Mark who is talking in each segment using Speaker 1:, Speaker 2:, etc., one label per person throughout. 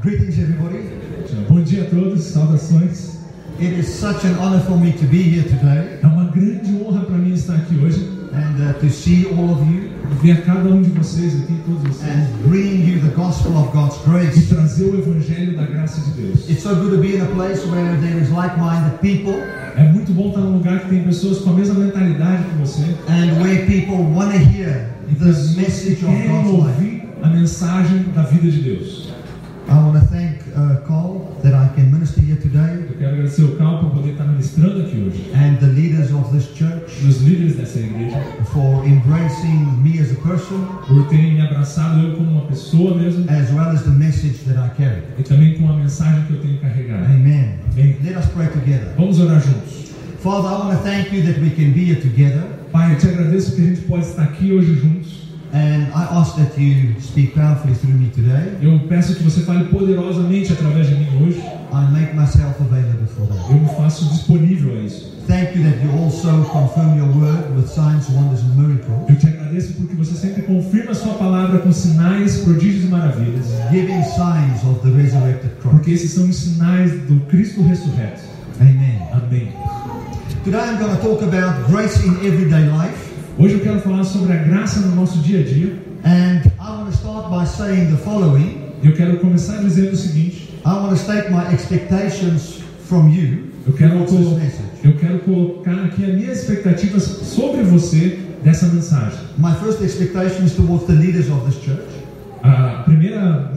Speaker 1: Greetings, everybody.
Speaker 2: Bom dia a todos, saudações.
Speaker 1: It is such an honor for me to be here today
Speaker 2: É uma grande honra para mim estar aqui hoje,
Speaker 1: and uh, to see all of you
Speaker 2: ver cada um de vocês aqui, todos vocês,
Speaker 1: and bring you the gospel of God's
Speaker 2: e
Speaker 1: grace.
Speaker 2: trazer o evangelho da graça de Deus.
Speaker 1: It's so good to be in a place where there is like-minded people
Speaker 2: É muito bom estar num lugar que tem pessoas com a mesma mentalidade que você,
Speaker 1: and where people want to hear
Speaker 2: e
Speaker 1: the
Speaker 2: pessoas que
Speaker 1: message of
Speaker 2: querem
Speaker 1: God's life.
Speaker 2: ouvir a mensagem da vida de Deus.
Speaker 1: I want to thank uh, Carl that I can minister here today
Speaker 2: Eu quero agradecer o Cal por poder estar ministrando aqui hoje,
Speaker 1: and the leaders of this church
Speaker 2: e os líderes dessa igreja,
Speaker 1: for embracing me as a person
Speaker 2: por terem me abraçado eu como uma pessoa mesmo,
Speaker 1: as well as the message that I carry.
Speaker 2: e também com a mensagem que eu tenho carregado.
Speaker 1: Amen.
Speaker 2: Amém.
Speaker 1: Let us pray together.
Speaker 2: Vamos orar juntos.
Speaker 1: Father, I want to thank you that we can be here together.
Speaker 2: Pai, eu te agradeço que a gente pode estar aqui hoje juntos.
Speaker 1: And I ask that you speak powerfully through me today.
Speaker 2: Eu peço que você fale poderosamente através de mim hoje.
Speaker 1: I make myself available for that.
Speaker 2: Eu me faço disponível a isso.
Speaker 1: Thank you that you also confirm your word with signs, wonders, and miracles,
Speaker 2: Eu te agradeço porque você sempre confirma a sua palavra com sinais, prodígios e maravilhas.
Speaker 1: giving signs of the resurrected Christ.
Speaker 2: Porque esses são os sinais do Cristo ressurreto.
Speaker 1: Amen.
Speaker 2: Amém.
Speaker 1: Today I'm going to talk about grace in everyday life.
Speaker 2: Hoje eu quero falar sobre a graça no nosso dia a dia.
Speaker 1: And I want to start by saying the following
Speaker 2: Eu quero começar dizendo o seguinte:
Speaker 1: I want to state my expectations from you.
Speaker 2: eu quero,
Speaker 1: What's this
Speaker 2: colo-
Speaker 1: message?
Speaker 2: eu quero colocar aqui as minhas expectativas sobre você dessa mensagem.
Speaker 1: My first expectation is towards the leaders of this church.
Speaker 2: A primeira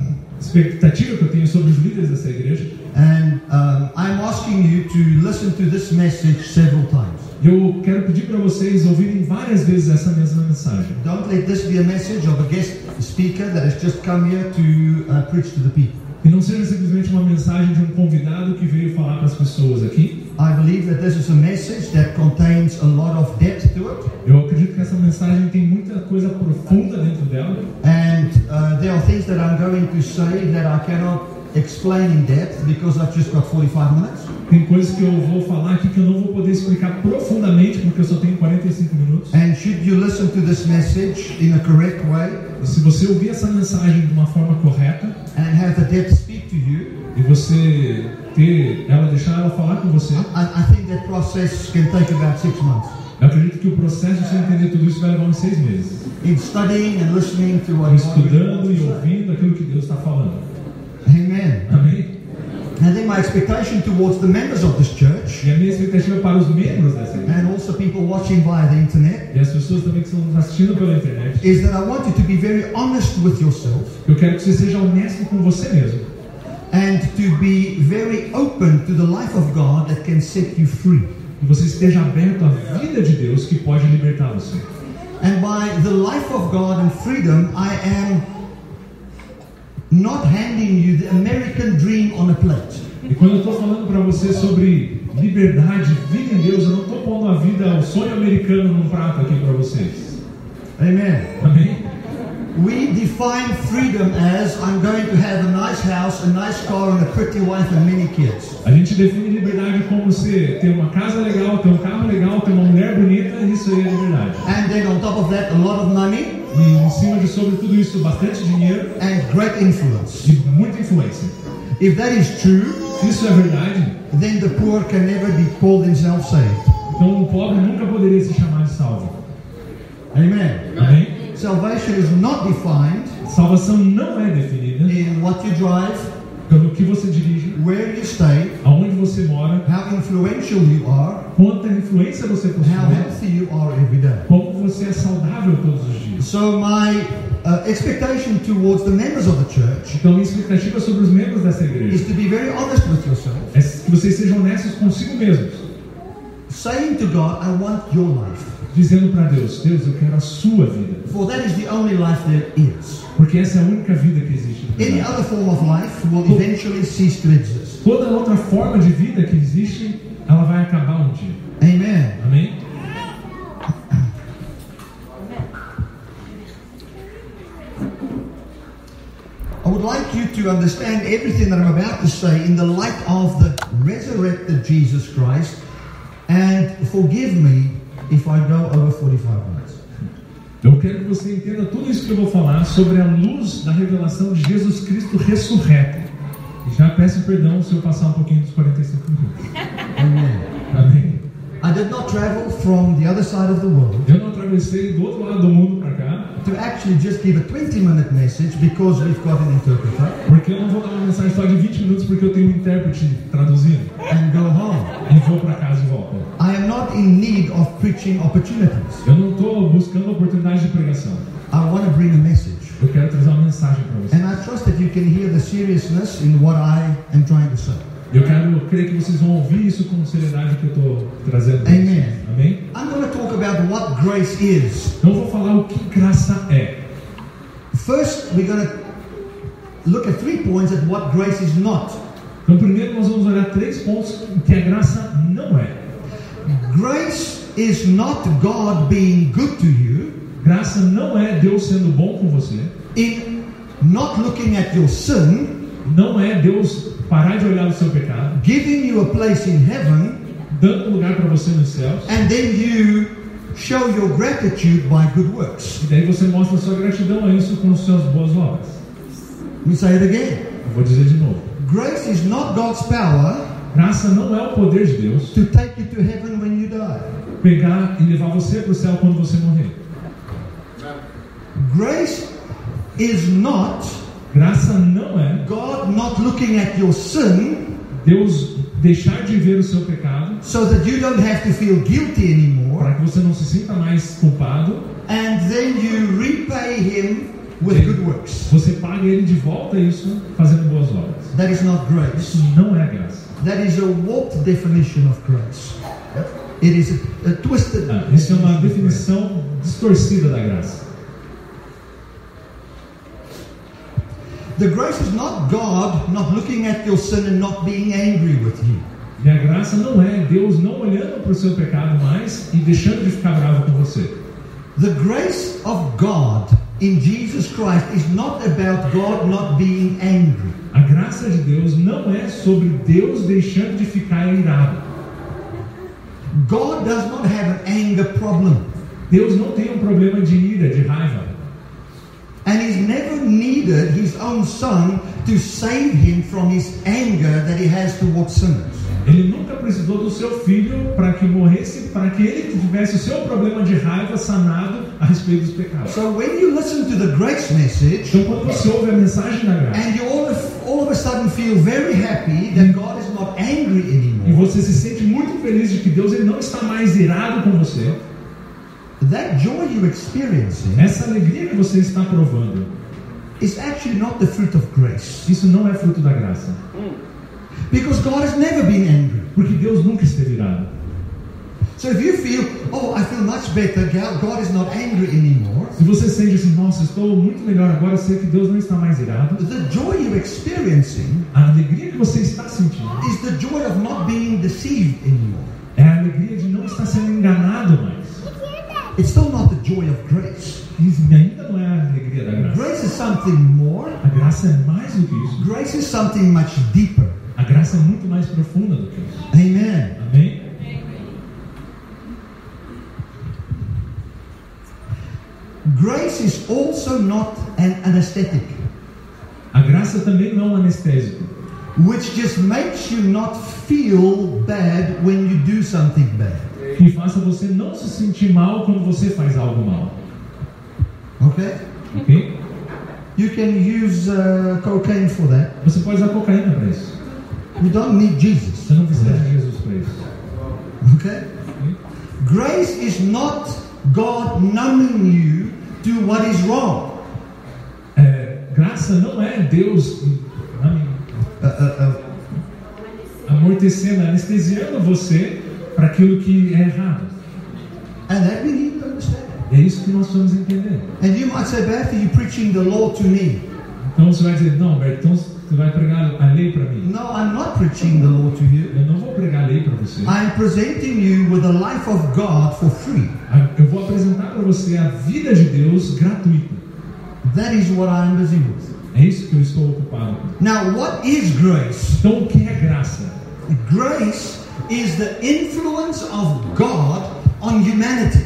Speaker 2: expectativa que eu tenho sobre os líderes dessa igreja
Speaker 1: And um, I'm asking you to listen to this message several times.
Speaker 2: Eu quero pedir para vocês ouvirem várias vezes essa mesma mensagem.
Speaker 1: Don't let this be a message of a guest speaker that has just come here to uh, preach to the people.
Speaker 2: E não seja simplesmente uma mensagem de um convidado que veio falar para as pessoas aqui.
Speaker 1: I believe that this is a message that contains a lot of depth to it,
Speaker 2: Eu acredito que essa mensagem tem muita coisa profunda dentro dela.
Speaker 1: and uh, there are things that I'm going to say that I cannot explain in depth because I've just got 45 minutes.
Speaker 2: Tem coisas que eu vou falar aqui que eu não vou poder explicar profundamente porque eu só tenho 45 minutos.
Speaker 1: And should you listen to this message in a correct way
Speaker 2: Se você ouvir essa mensagem de uma forma correta
Speaker 1: and have the depth speak to you,
Speaker 2: e você ter ela deixar ela falar com você,
Speaker 1: I, I think that process can take about six months.
Speaker 2: eu acredito que o processo de você entender tudo isso vai levar uns seis meses.
Speaker 1: In studying and listening to what God really
Speaker 2: Estudando
Speaker 1: wants
Speaker 2: e
Speaker 1: to say.
Speaker 2: ouvindo aquilo que Deus está falando.
Speaker 1: Amen.
Speaker 2: Amém?
Speaker 1: And then my expectation towards the members of this church
Speaker 2: E a minha expectativa para os membros dessa igreja
Speaker 1: and also people watching via the internet
Speaker 2: e as pessoas também que estão nos assistindo pela internet,
Speaker 1: is that I want you to be very honest with yourself
Speaker 2: eu quero que você seja honesto com você mesmo
Speaker 1: and to be very open to the life of God that can set you free.
Speaker 2: e você esteja aberto à vida de Deus que pode libertar você.
Speaker 1: And by the life of God and freedom, I am not handing you the American dream on a plate.
Speaker 2: E quando eu estou falando para você sobre liberdade, vida em Deus, eu não estou pondo a vida, o sonho americano num prato aqui para vocês.
Speaker 1: Amen.
Speaker 2: Amém?
Speaker 1: We define freedom as I'm going to have a nice house, a nice car, and a pretty wife and many kids.
Speaker 2: A gente define liberdade como você ter uma casa legal, ter um carro legal, ter uma mulher bonita, isso aí é liberdade.
Speaker 1: And then on top of that, a lot of money.
Speaker 2: E em cima de sobre tudo isso, bastante dinheiro
Speaker 1: and great influence.
Speaker 2: e muita influência.
Speaker 1: If that is true,
Speaker 2: Isso é verdade?
Speaker 1: then the poor can never be called themselves saved.
Speaker 2: Então o pobre nunca poderia se chamar de salvo.
Speaker 1: Amen.
Speaker 2: Amém?
Speaker 1: Salvation is not defined
Speaker 2: Salvação não é definida
Speaker 1: in what you drive,
Speaker 2: pelo que você dirige,
Speaker 1: where you stay,
Speaker 2: aonde você mora,
Speaker 1: how influential you are,
Speaker 2: quanta influência você
Speaker 1: and how
Speaker 2: possui,
Speaker 1: healthy you are every day.
Speaker 2: como você é saudável todos os dias.
Speaker 1: So my uh, expectation towards the members of the church
Speaker 2: Então minha expectativa sobre os membros dessa igreja
Speaker 1: is to be very honest with yourself,
Speaker 2: é que vocês sejam honestos consigo mesmos,
Speaker 1: saying to God, I want your life.
Speaker 2: dizendo para Deus, Deus, eu quero a sua vida,
Speaker 1: For that is the only life there is.
Speaker 2: porque essa é a única vida que existe. na
Speaker 1: Any
Speaker 2: verdade.
Speaker 1: other form of life will eventually cease to exist.
Speaker 2: Toda outra forma de vida que existe, ela vai acabar um dia.
Speaker 1: Amen.
Speaker 2: Amém?
Speaker 1: I would like you to understand everything that I'm about to say in the light of the resurrected Jesus Christ and forgive me if I go over 45 minutes.
Speaker 2: Eu quero que você entenda tudo isso que eu vou falar sobre a luz da revelação de Jesus Cristo ressurreto. Já peço perdão se eu passar um pouquinho dos 45 minutos.
Speaker 1: Amen.
Speaker 2: Amém.
Speaker 1: I did not travel from the other side of the world
Speaker 2: Eu não atravessei do outro lado do mundo para cá,
Speaker 1: to actually just give a 20 minute message because we've got an interpreter
Speaker 2: porque eu não vou dar uma mensagem só de 20 minutos, porque eu tenho um intérprete traduzindo.
Speaker 1: and go home.
Speaker 2: E vou para casa e volto.
Speaker 1: I am not in need of preaching opportunities.
Speaker 2: Eu não estou buscando oportunidade de pregação.
Speaker 1: I want to bring a message.
Speaker 2: Eu quero trazer uma mensagem para você.
Speaker 1: And I trust that you can hear the seriousness in what I am trying to say.
Speaker 2: Eu quero crer que vocês vão ouvir isso com seriedade que eu estou trazendo. pra
Speaker 1: Amém.
Speaker 2: vocês. Amém?
Speaker 1: I'm going to talk about what grace is.
Speaker 2: Então eu vou falar o que graça é.
Speaker 1: First, we're going to look at three points at what grace is not.
Speaker 2: Então primeiro nós vamos olhar três pontos que a graça não é.
Speaker 1: Grace is not God being good to you
Speaker 2: Graça não é Deus sendo bom com você.
Speaker 1: in not looking at your sin,
Speaker 2: Não é Deus parar de olhar o seu pecado,
Speaker 1: giving you a place in heaven,
Speaker 2: dando um lugar para você nos céus.
Speaker 1: and then you show your gratitude by good works.
Speaker 2: E daí você mostra sua gratidão a isso com as suas boas obras.
Speaker 1: Let me say it again.
Speaker 2: Eu vou dizer de novo.
Speaker 1: Grace is not God's power
Speaker 2: Graça não é o poder de Deus
Speaker 1: to take you to heaven when you die.
Speaker 2: pegar e levar você para o céu quando você morrer.
Speaker 1: Grace is not
Speaker 2: Graça não é
Speaker 1: God not looking at your sin
Speaker 2: Deus deixar de ver o seu pecado
Speaker 1: so that you don't have to feel guilty anymore.
Speaker 2: para que você não se sinta mais culpado.
Speaker 1: And then you repay him with good works.
Speaker 2: Você paga ele de volta isso fazendo boas obras.
Speaker 1: That is not
Speaker 2: Isso
Speaker 1: grace.
Speaker 2: não é graça.
Speaker 1: That is a warped definition of grace. It is a, a twisted.
Speaker 2: Ah, isso é uma definição distorcida da graça.
Speaker 1: The grace is not God not looking at your sin and not being angry with you.
Speaker 2: E a graça não é Deus não olhando para o seu pecado mais e deixando de ficar bravo com você.
Speaker 1: The grace of God in Jesus Christ is not about God not being angry.
Speaker 2: A graça de Deus não é sobre Deus deixando de ficar irado.
Speaker 1: God does not have an anger problem.
Speaker 2: Deus não tem um problema de ira, de raiva.
Speaker 1: And he's never needed his own son to save him from his anger that he has towards sinners.
Speaker 2: Ele nunca precisou do seu filho para que morresse, para que ele tivesse o seu problema de raiva sanado a respeito dos pecados.
Speaker 1: So when you listen to the grace message,
Speaker 2: Então, quando você ouve a mensagem da graça
Speaker 1: and you all of, all of a sudden feel very happy that God is not angry
Speaker 2: e
Speaker 1: anymore,
Speaker 2: você se sente muito feliz de que Deus ele não está mais irado com você,
Speaker 1: that joy you're experiencing
Speaker 2: essa alegria que você está provando,
Speaker 1: is actually not the fruit of grace.
Speaker 2: isso não é fruto da graça.
Speaker 1: Because God has never been angry.
Speaker 2: Porque Deus nunca esteve irado.
Speaker 1: So if you feel, oh, I feel much better, God God is not angry anymore,
Speaker 2: Se você sente assim, nossa, estou muito melhor agora, eu sei que Deus não está mais irado,
Speaker 1: the joy you're experiencing
Speaker 2: a alegria que você está sentindo
Speaker 1: is the joy of not being deceived anymore.
Speaker 2: é a alegria de não estar sendo enganado mais.
Speaker 1: It's still not the joy of grace.
Speaker 2: Isso ainda não é a alegria da graça.
Speaker 1: Grace is something more.
Speaker 2: A graça é mais do que isso.
Speaker 1: Grace is something much deeper.
Speaker 2: A graça é muito mais profunda do que isso.
Speaker 1: Amen.
Speaker 2: Amém?
Speaker 1: Grace is also not an anesthetic,
Speaker 2: A graça também não é um anestésico,
Speaker 1: which just makes you not feel bad when you do something bad.
Speaker 2: que faça você não se sentir mal quando você faz algo mal.
Speaker 1: Okay?
Speaker 2: Ok?
Speaker 1: You can use uh, cocaine for that.
Speaker 2: Você pode usar cocaína para isso.
Speaker 1: You don't need Jesus.
Speaker 2: Você não precisa de Jesus para isso.
Speaker 1: Okay? Grace is not God numbing you to what is wrong.
Speaker 2: É, graça não é Deus amém,
Speaker 1: Uh, uh, uh,
Speaker 2: amortecendo, anestesiando você para aquilo que é errado.
Speaker 1: and that we need to understand.
Speaker 2: É isso que nós vamos entender.
Speaker 1: And you might say, Beth, you're preaching the law to me.
Speaker 2: Então você vai dizer, não, Bertão, você vai pregar a lei para mim.
Speaker 1: No, I'm not preaching the law to you.
Speaker 2: Eu não vou pregar a lei para você.
Speaker 1: I am presenting you with the life of God for free.
Speaker 2: Eu vou apresentar para você a vida de Deus gratuita.
Speaker 1: That is what I am busy with.
Speaker 2: É isso que eu estou ocupado. com.
Speaker 1: Now, what is grace?
Speaker 2: Então, o que é graça?
Speaker 1: Grace is the influence of God on humanity.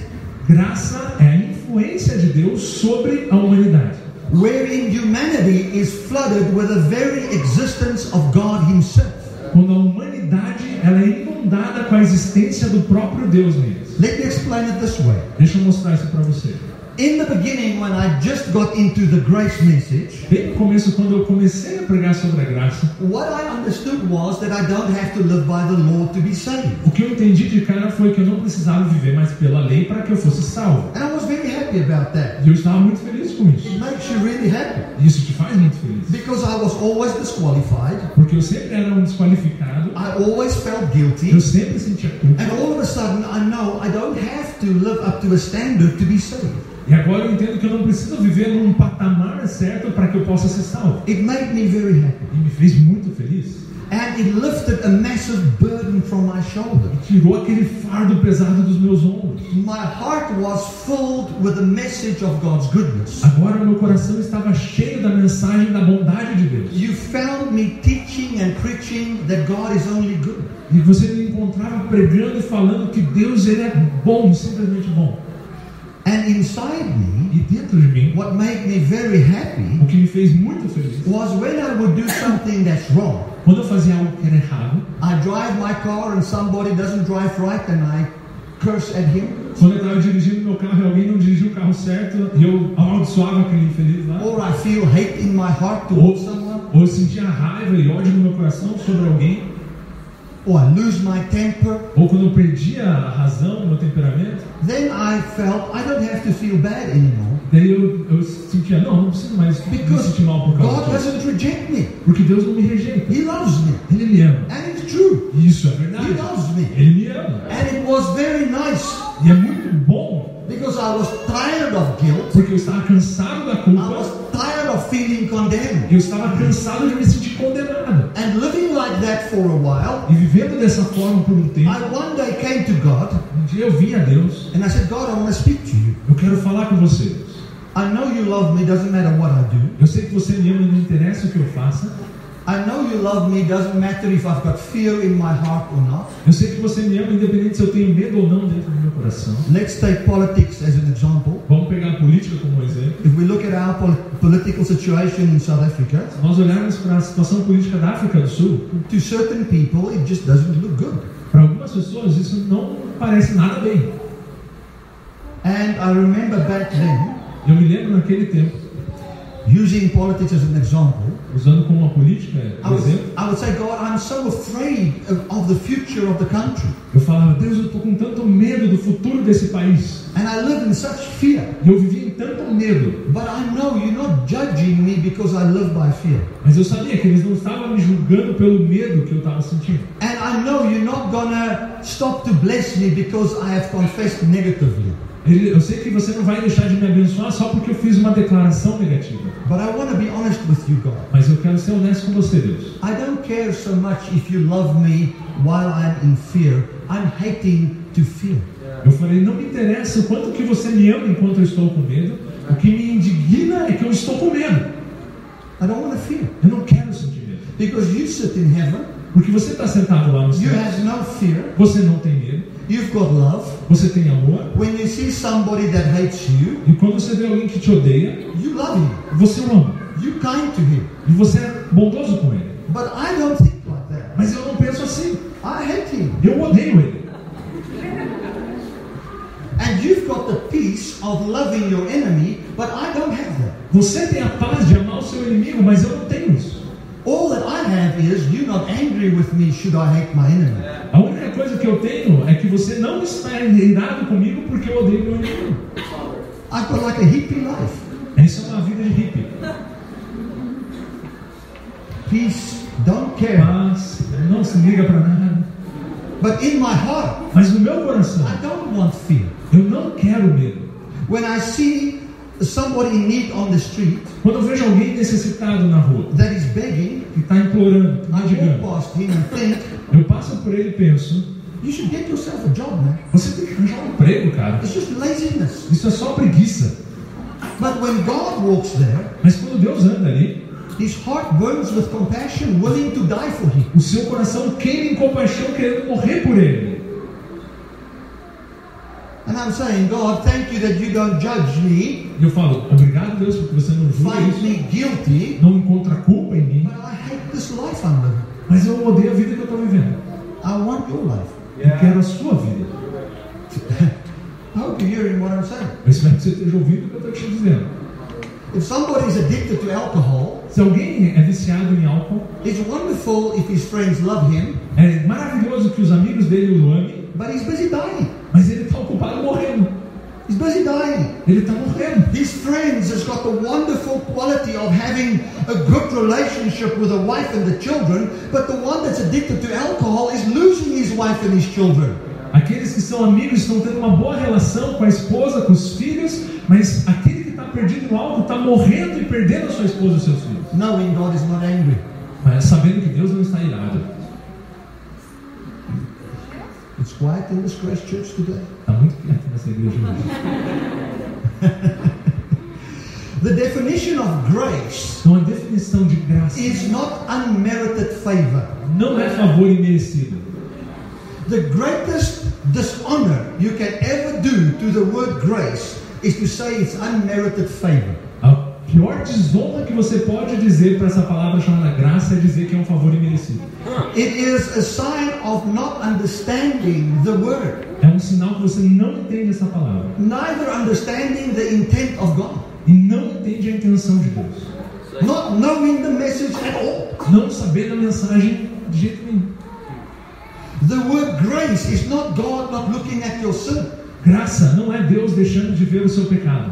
Speaker 2: Graça é a influência de Deus sobre a humanidade.
Speaker 1: wherein humanity is flooded with the very existence of God Himself.
Speaker 2: Quando a humanidade ela é inundada com a existência do próprio Deus neles.
Speaker 1: Let me explain it this way.
Speaker 2: Deixa eu mostrar isso para você.
Speaker 1: In the beginning, when I just got into the grace message,
Speaker 2: Bem no começo, quando eu comecei a pregar sobre a graça,
Speaker 1: what I understood was that I don't have to live by the law to be saved.
Speaker 2: o que eu entendi de cara foi que eu não precisava viver mais pela lei para que eu fosse salvo.
Speaker 1: And I was very happy about that.
Speaker 2: E eu estava muito feliz com isso.
Speaker 1: It makes you really happy.
Speaker 2: E Isso te faz muito feliz.
Speaker 1: Because I was always disqualified,
Speaker 2: Porque eu sempre era um desqualificado,
Speaker 1: I always felt guilty,
Speaker 2: eu sempre sentia culpa.
Speaker 1: and all of a sudden I know I don't have to live up to a standard to be saved.
Speaker 2: E agora eu entendo que eu não preciso viver num patamar certo para que eu possa ser salvo.
Speaker 1: It made me very happy.
Speaker 2: E me fez muito feliz.
Speaker 1: And it lifted a massive burden from my shoulder.
Speaker 2: Tirou aquele fardo pesado dos meus ombros.
Speaker 1: My heart was filled with the message of God's goodness.
Speaker 2: Agora o meu coração estava cheio da mensagem da bondade de Deus.
Speaker 1: You found me teaching and preaching that God is only good.
Speaker 2: E você me encontrava pregando e falando que Deus ele é bom, simplesmente bom.
Speaker 1: And inside me,
Speaker 2: E dentro de mim,
Speaker 1: what made me very happy
Speaker 2: o que me fez muito feliz,
Speaker 1: was when I would do something that's wrong.
Speaker 2: quando eu fazia algo que era errado,
Speaker 1: I drive my car and somebody doesn't drive right and I curse at him.
Speaker 2: quando eu estava dirigindo meu carro e alguém não dirigiu o carro certo, e eu amaldiçoava aquele infeliz lá,
Speaker 1: Or I feel hate in my heart towards someone.
Speaker 2: ou eu sentia raiva e ódio no meu coração sobre alguém,
Speaker 1: Or I lose my temper.
Speaker 2: ou quando eu perdia a razão, meu temperamento,
Speaker 1: Then I felt I don't have to feel bad anymore.
Speaker 2: daí eu, eu sentia, não, não preciso mais me
Speaker 1: Because
Speaker 2: sentir mal por
Speaker 1: God
Speaker 2: causa disso.
Speaker 1: doesn't reject me.
Speaker 2: Porque Deus não me rejeita.
Speaker 1: He loves me.
Speaker 2: Ele me ama.
Speaker 1: And it's true.
Speaker 2: E Isso é
Speaker 1: He
Speaker 2: verdade.
Speaker 1: loves me.
Speaker 2: Ele me ama.
Speaker 1: And it was very nice
Speaker 2: E é muito bom,
Speaker 1: because I was tired of guilt.
Speaker 2: porque eu estava cansado da
Speaker 1: I
Speaker 2: culpa,
Speaker 1: was tired of feeling condemned.
Speaker 2: eu estava cansado de me sentir condenado.
Speaker 1: And living like that for a while,
Speaker 2: E vivendo dessa forma por um tempo,
Speaker 1: I one day came to God
Speaker 2: um dia eu vim a Deus,
Speaker 1: and I said, God, I want to speak to you.
Speaker 2: eu quero falar com você. Deus.
Speaker 1: I know you love me, doesn't matter what I do.
Speaker 2: Eu sei que você me ama e não interessa o que eu faça.
Speaker 1: I know you love me, doesn't matter if I've got fear in my heart or not.
Speaker 2: Eu sei que você me ama independente se eu tenho medo ou não dentro do meu coração.
Speaker 1: Let's take politics as an example.
Speaker 2: Vamos pegar a política como um exemplo.
Speaker 1: If we look at our pol- political situation in South Africa,
Speaker 2: Se nós olharmos para a situação política da África do Sul,
Speaker 1: to certain people it just doesn't look good.
Speaker 2: para algumas pessoas isso não parece nada bem.
Speaker 1: And I remember back then,
Speaker 2: Eu me lembro naquele tempo,
Speaker 1: using politics as an example,
Speaker 2: usando como uma política,
Speaker 1: I
Speaker 2: por exemplo,
Speaker 1: would, I would say, God, I'm so afraid of, of the future of the country.
Speaker 2: eu falava, Deus, eu estou com tanto medo do futuro desse país.
Speaker 1: And I live in such fear.
Speaker 2: E eu vivia em tanto medo.
Speaker 1: But I know you're not judging me because I live by fear.
Speaker 2: Mas eu sabia que eles não estavam me julgando pelo medo que eu estava sentindo.
Speaker 1: And I know you're not gonna stop to bless me because I have confessed negatively.
Speaker 2: Ele- eu sei que você não vai deixar de me abençoar só porque eu fiz uma declaração negativa.
Speaker 1: But I want to be honest with you, God.
Speaker 2: Mas eu quero ser honesto com você, Deus.
Speaker 1: I don't care so much if you love me while I'm in fear. I'm hating to fear.
Speaker 2: Eu falei, não me interessa o quanto que você me ama enquanto eu estou com medo. O que me indigna é que eu estou com medo.
Speaker 1: I don't want to fear.
Speaker 2: Eu não quero sentir medo.
Speaker 1: Because you sit in heaven,
Speaker 2: Porque você está sentado lá no
Speaker 1: you
Speaker 2: céu.
Speaker 1: have no fear,
Speaker 2: Você não tem medo.
Speaker 1: you've got love.
Speaker 2: Você tem amor.
Speaker 1: When you see somebody that hates you,
Speaker 2: E quando você vê alguém que te odeia,
Speaker 1: you love him,
Speaker 2: você o ama.
Speaker 1: you're kind to him.
Speaker 2: E você é bondoso com ele.
Speaker 1: But I don't think like that.
Speaker 2: Mas eu não penso assim.
Speaker 1: I hate him.
Speaker 2: Eu odeio ele.
Speaker 1: And you've got the peace of loving your enemy, but I don't have that.
Speaker 2: Você tem a paz de amar o seu inimigo, mas eu não tenho isso.
Speaker 1: All that I have is you're not angry with me should I hate my enemy.
Speaker 2: A única coisa que eu tenho é que você não está irado comigo porque eu odeio meu inimigo.
Speaker 1: I've got like a hippie life.
Speaker 2: Isso é uma vida de hippie.
Speaker 1: Peace, don't care.
Speaker 2: Paz, né? não se liga pra nada.
Speaker 1: But in my heart,
Speaker 2: Mas no meu coração,
Speaker 1: I don't want fear.
Speaker 2: eu não quero medo.
Speaker 1: When I see somebody in need on the street
Speaker 2: Quando eu vejo alguém necessitado na rua,
Speaker 1: that is begging,
Speaker 2: que está implorando,
Speaker 1: I
Speaker 2: mendigando,
Speaker 1: walk past him and think,
Speaker 2: eu passo por ele e penso:
Speaker 1: you should get yourself a job, man.
Speaker 2: você tem que arranjar um emprego, cara.
Speaker 1: It's just laziness.
Speaker 2: Isso é só preguiça.
Speaker 1: But when God walks there,
Speaker 2: Mas quando Deus anda ali,
Speaker 1: his heart burns with compassion, willing to die for him.
Speaker 2: o seu coração queima em compaixão, querendo morrer por ele.
Speaker 1: And And I'm saying, God, thank you that you don't judge me,
Speaker 2: E eu falo, obrigado Deus porque você não julga
Speaker 1: find
Speaker 2: isso,
Speaker 1: me guilty,
Speaker 2: não encontra culpa em mim,
Speaker 1: but I hate this life I'm living.
Speaker 2: mas eu odeio a vida que eu estou vivendo.
Speaker 1: I want your life.
Speaker 2: Eu quero a sua vida.
Speaker 1: I hope you're hearing what I'm saying.
Speaker 2: Eu espero que você esteja ouvindo o que eu estou te dizendo.
Speaker 1: If somebody's addicted to alcohol,
Speaker 2: Se alguém é viciado em álcool,
Speaker 1: it's wonderful if his friends love him,
Speaker 2: é maravilhoso que os amigos dele o amem,
Speaker 1: but he's busy dying.
Speaker 2: mas ele está ocupado morrendo.
Speaker 1: He's busy dying.
Speaker 2: Ele está morrendo.
Speaker 1: His friends has got the wonderful quality of having a good relationship with a wife and the children, but the one that's addicted to alcohol is losing his wife and his children.
Speaker 2: Aqueles que são amigos estão tendo uma boa relação com a esposa, com os filhos, mas aquele que está perdido no álcool está morrendo e perdendo a sua esposa e os seus filhos.
Speaker 1: Knowing God is not angry.
Speaker 2: Mas sabendo que Deus não está irado.
Speaker 1: It's quiet in this Christ church today.
Speaker 2: Está tá muito quieto nessa igreja hoje.
Speaker 1: The definition of grace
Speaker 2: Então a definição de graça
Speaker 1: is not unmerited favor.
Speaker 2: não é favor imerecido.
Speaker 1: The greatest dishonor you can ever do to the word grace is to say it's unmerited favor.
Speaker 2: A pior desonra que você pode dizer para essa palavra chamada graça é dizer que é um favor imerecido.
Speaker 1: It is a sign of not understanding the word,
Speaker 2: É um sinal que você não entende essa palavra
Speaker 1: neither understanding the intent of God,
Speaker 2: e não entende a intenção de Deus.
Speaker 1: not knowing the message at all.
Speaker 2: Não saber da mensagem de jeito nenhum.
Speaker 1: The word grace is not God not looking at your sin.
Speaker 2: Graça não é Deus deixando de ver o seu pecado.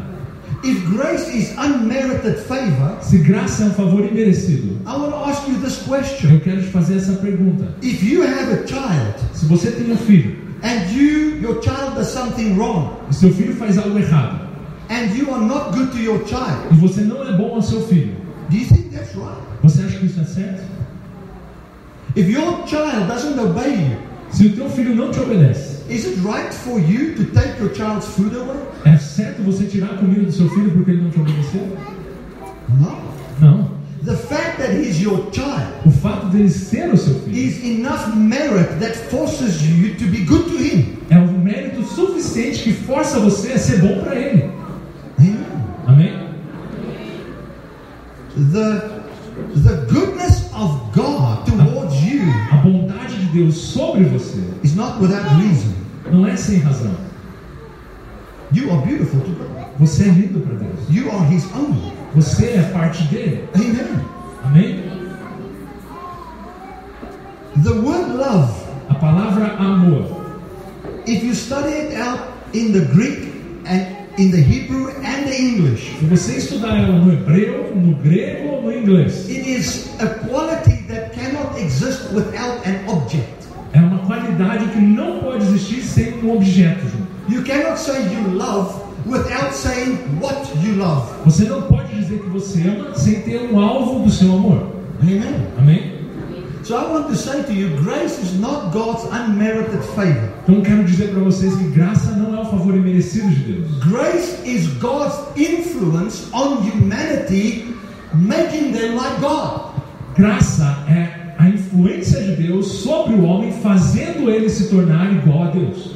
Speaker 1: If grace is unmerited favor,
Speaker 2: Se graça é um favor imerecido,
Speaker 1: I want to ask you this question.
Speaker 2: eu quero te fazer essa pergunta.
Speaker 1: If you have a child
Speaker 2: Se você tem um filho
Speaker 1: and you your child does something wrong
Speaker 2: e seu filho faz algo errado
Speaker 1: and you are not good to your child,
Speaker 2: e você não é bom ao seu filho,
Speaker 1: do you think that's right?
Speaker 2: você acha que isso é certo?
Speaker 1: If your child doesn't obey you,
Speaker 2: Se o teu filho não te obedece,
Speaker 1: is it right for you to take your child's food away?
Speaker 2: é certo você tirar a comida do seu filho porque ele não te obedeceu?
Speaker 1: No.
Speaker 2: Não.
Speaker 1: The fact that he's your child
Speaker 2: O fato dele ser o seu filho
Speaker 1: is enough merit that forces you to be good to him.
Speaker 2: é um mérito suficiente que força você a ser bom para ele.
Speaker 1: Amen.
Speaker 2: Amém?
Speaker 1: The the goodness of God towards you
Speaker 2: A bondade de Deus sobre você
Speaker 1: is not without reason.
Speaker 2: não é sem razão.
Speaker 1: You are beautiful to God.
Speaker 2: Você é lindo para Deus.
Speaker 1: You are his own.
Speaker 2: Você é parte dele.
Speaker 1: Amen.
Speaker 2: Amém?
Speaker 1: The word love,
Speaker 2: A palavra amor,
Speaker 1: if you study it out in the Greek and in the Hebrew and the English,
Speaker 2: se você estudar ela no hebreu, no grego ou no inglês,
Speaker 1: It is a quality that cannot exist without an object.
Speaker 2: é uma qualidade que não pode existir sem um objeto junto.
Speaker 1: You cannot say you love without saying what you love.
Speaker 2: Você não pode dizer que você ama sem ter um alvo do seu amor.
Speaker 1: Amen.
Speaker 2: Amém?
Speaker 1: So I want to say to you, grace is not God's unmerited favor.
Speaker 2: Então quero dizer para vocês que graça não é o favor imerecido de Deus.
Speaker 1: Grace is God's influence on humanity, making them like God.
Speaker 2: Graça é a influência de Deus sobre o homem, fazendo ele se tornar igual a Deus,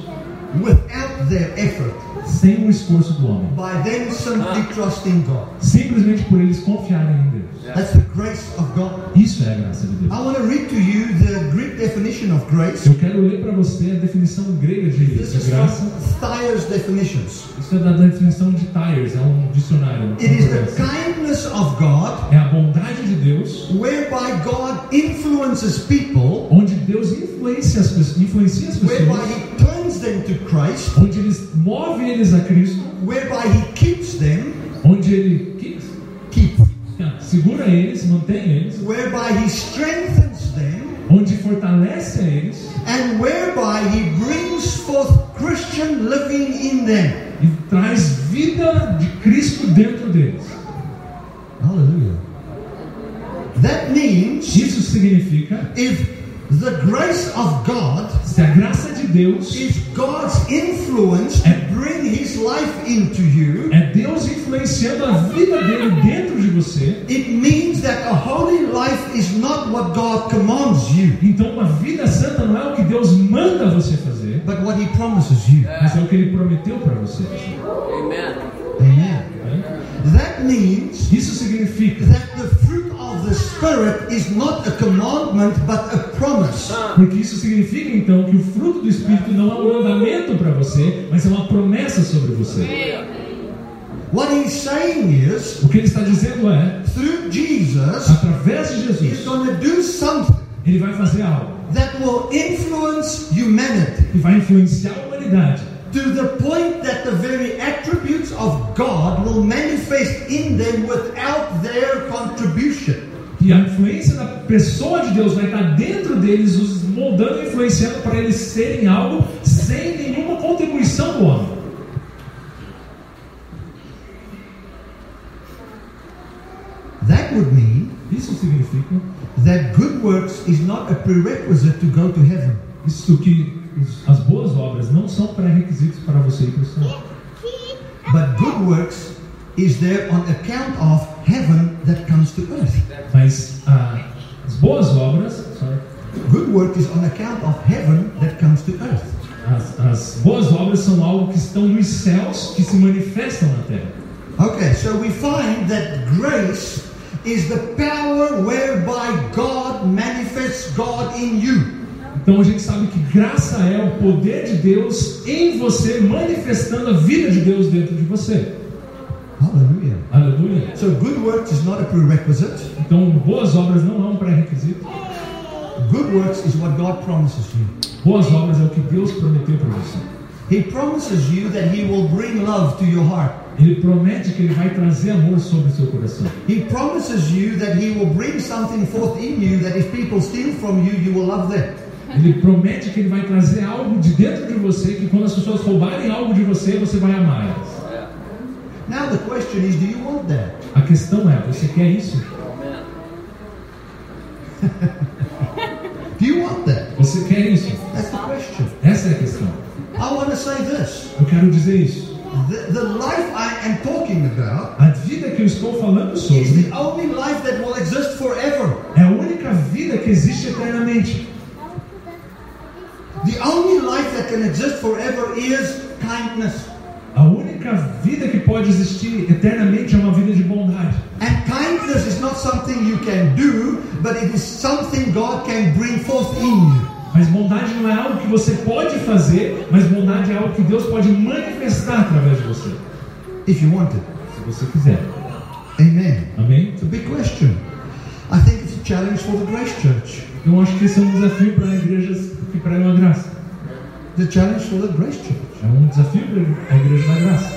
Speaker 1: Without their effort,
Speaker 2: sem o esforço do homem.
Speaker 1: by them simply trusting God.
Speaker 2: Simplesmente por eles confiarem em Deus.
Speaker 1: That's the grace of God.
Speaker 2: Isso é a graça de Deus.
Speaker 1: I want to read to you the Greek definition of grace.
Speaker 2: Eu quero ler para você a definição grega de,
Speaker 1: This
Speaker 2: de
Speaker 1: is from
Speaker 2: graça.
Speaker 1: Thayer's definitions.
Speaker 2: Isso é da definição de Tyres, é um dicionário. uma
Speaker 1: It is the
Speaker 2: conversa.
Speaker 1: kindness of God
Speaker 2: É a bondade de Deus,
Speaker 1: whereby God influences people,
Speaker 2: onde Deus influencia as, pe- influencia as
Speaker 1: whereby
Speaker 2: pessoas,
Speaker 1: He turns them to Christ,
Speaker 2: onde Ele move eles a Cristo,
Speaker 1: whereby He keeps them,
Speaker 2: onde Ele que-
Speaker 1: keep,
Speaker 2: segura eles, mantém eles,
Speaker 1: whereby He strengthens them,
Speaker 2: onde fortalece a eles
Speaker 1: and whereby He brings forth Christian living in them.
Speaker 2: e traz vida de Cristo dentro deles.
Speaker 1: Hallelujah. That means
Speaker 2: Isso significa
Speaker 1: if the grace of God
Speaker 2: se a graça de Deus
Speaker 1: is God's influence to bring His life into you.
Speaker 2: é Deus influenciando a vida dele dentro de você.
Speaker 1: It means that a holy life is not what God commands you.
Speaker 2: Então, uma vida santa não é o que Deus manda você fazer, dele,
Speaker 1: but what He promises you.
Speaker 2: mas é o que ele prometeu para você. né?
Speaker 3: Amen.
Speaker 1: Amen. That means
Speaker 2: Isso significa
Speaker 1: that the fruit of the Spirit is not a commandment but a promise.
Speaker 2: Porque isso significa então que o fruto do Espírito não é um mandamento para você, mas é uma promessa sobre você.
Speaker 1: What He's saying is,
Speaker 2: O que ele está dizendo é,
Speaker 1: through Jesus,
Speaker 2: através de
Speaker 1: He's
Speaker 2: Jesus,
Speaker 1: going to do something
Speaker 2: ele vai fazer algo
Speaker 1: that will influence humanity
Speaker 2: que vai influenciar a humanidade
Speaker 1: to the point that the very attributes of God will manifest in them without their contribution.
Speaker 2: e a influência da pessoa de Deus vai estar dentro deles, os moldando e influenciando para eles serem algo sem nenhuma contribuição do homem.
Speaker 1: That would mean
Speaker 2: Isso significa
Speaker 1: that good works is not a prerequisite to go to heaven.
Speaker 2: isso que os- as boas obras não são pré-requisitos para você ir para o céu.
Speaker 1: But good works is there on account of heaven that comes to earth.
Speaker 2: Mas ah, as boas obras, sorry,
Speaker 1: Good work is on account of heaven that comes to earth.
Speaker 2: As, as boas obras são algo que estão nos céus que se manifestam na terra.
Speaker 1: Okay, so we find that grace is the power whereby God manifests God in you.
Speaker 2: Então a gente sabe que graça é o poder de Deus em você, manifestando a vida de Deus dentro de você.
Speaker 1: Hallelujah.
Speaker 2: Aleluia.
Speaker 1: So good works is not a prerequisite.
Speaker 2: Então, boas obras não é um pré-requisito.
Speaker 1: Good works is what God promises you.
Speaker 2: Boas obras é o que Deus prometeu para você.
Speaker 1: He promises you that He will bring love to your heart.
Speaker 2: Ele promete que ele vai trazer amor sobre o seu coração.
Speaker 1: He promises you that He will bring something forth in you that if people steal from you, you will love them.
Speaker 2: Ele promete que ele vai trazer algo de dentro de você que quando as pessoas roubarem algo de você, você vai amar elas.
Speaker 1: Now the question is, do you want that?
Speaker 2: A questão é, você quer isso?
Speaker 3: Amen.
Speaker 1: Do you want that?
Speaker 2: Você quer isso?
Speaker 1: That's the question.
Speaker 2: Essa é a questão.
Speaker 1: I want to say this.
Speaker 2: Eu quero dizer isso.
Speaker 1: The, the life I am talking about
Speaker 2: A vida que eu estou falando
Speaker 1: is
Speaker 2: sobre
Speaker 1: the only life that will exist forever.
Speaker 2: é a única vida que existe eternamente.
Speaker 1: The only life that can exist forever is kindness.
Speaker 2: A única vida que pode existir eternamente é uma vida de bondade.
Speaker 1: And kindness is not something you can do, but it is something God can bring forth in you.
Speaker 2: Mas bondade não é algo que você pode fazer, mas bondade é algo que Deus pode manifestar através de você,
Speaker 1: If you want it.
Speaker 2: se você quiser.
Speaker 1: Amen.
Speaker 2: Amém?
Speaker 1: It's a big question. I think it's a challenge for the Grace Church.
Speaker 2: Então acho que esse é um desafio para igrejas que pregam a graça.
Speaker 1: The challenge for the Grace Church.
Speaker 2: É um desafio para a igreja da graça.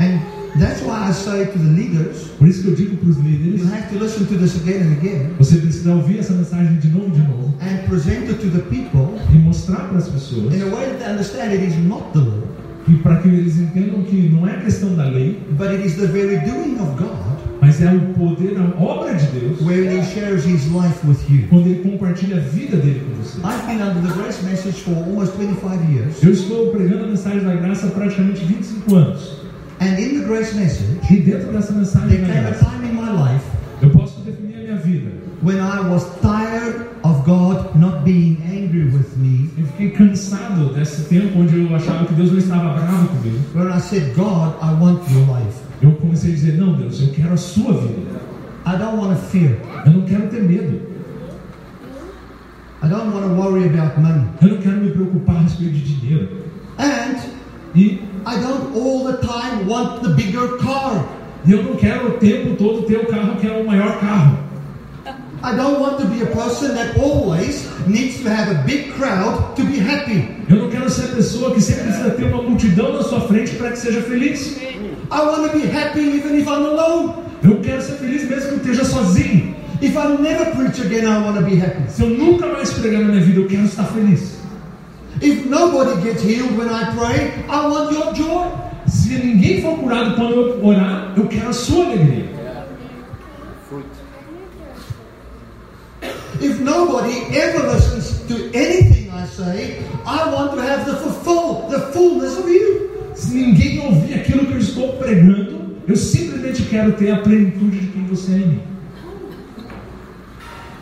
Speaker 1: And that's why I say to the leaders,
Speaker 2: Por isso que eu digo para os
Speaker 1: you
Speaker 2: líderes:
Speaker 1: have to listen to this again and again
Speaker 2: você precisa ouvir essa mensagem de novo, de novo,
Speaker 1: and present it to the people
Speaker 2: e mostrar para as pessoas
Speaker 1: in a way that they understand it is not the law,
Speaker 2: E para que eles entendam que não é questão da lei,
Speaker 1: but it is the very doing of God
Speaker 2: mas é o poder, a obra de Deus,
Speaker 1: where He shares His life with you.
Speaker 2: quando ele compartilha a vida dele com você.
Speaker 1: I've been under the grace message for almost 25 years.
Speaker 2: Eu estou pregando a mensagem da graça há praticamente 25 anos.
Speaker 1: And in the grace message,
Speaker 2: E dentro dessa
Speaker 1: there
Speaker 2: mensagem da
Speaker 1: came a
Speaker 2: graça,
Speaker 1: time in my life
Speaker 2: eu posso definir a minha vida.
Speaker 1: when I was tired of God not being angry with me,
Speaker 2: Eu fiquei cansado desse tempo onde eu achava que Deus não estava bravo comigo.
Speaker 1: where I said, God, I want your life.
Speaker 2: Eu comecei a dizer: Não, Deus, eu quero a sua vida.
Speaker 1: I don't want to fear.
Speaker 2: Eu não quero ter medo.
Speaker 1: I don't want to worry about money.
Speaker 2: Eu não quero me preocupar a respeito de dinheiro.
Speaker 1: And
Speaker 2: E
Speaker 1: I don't all the time want the bigger car.
Speaker 2: eu não quero o tempo todo ter o carro que é o maior carro.
Speaker 1: I don't want to be a person that always needs to have a big crowd to be happy.
Speaker 2: Eu não quero ser a pessoa que sempre precisa ter uma multidão na sua frente para que seja feliz.
Speaker 1: I want to be happy even if I'm alone.
Speaker 2: Eu quero ser feliz mesmo que eu esteja sozinho.
Speaker 1: If I never preach again, I want to be happy.
Speaker 2: Se eu nunca mais pregar na minha vida, eu quero estar feliz.
Speaker 1: If nobody gets healed when I pray, I want your joy.
Speaker 2: Se ninguém for curado quando eu orar, eu quero a sua alegria.
Speaker 3: Fruit.
Speaker 1: If nobody ever listens to anything I say, I want to have the fulfill, the fullness of you.
Speaker 2: Se ninguém ouvir aquilo que eu estou pregando, eu simplesmente quero ter a plenitude de quem você é em mim.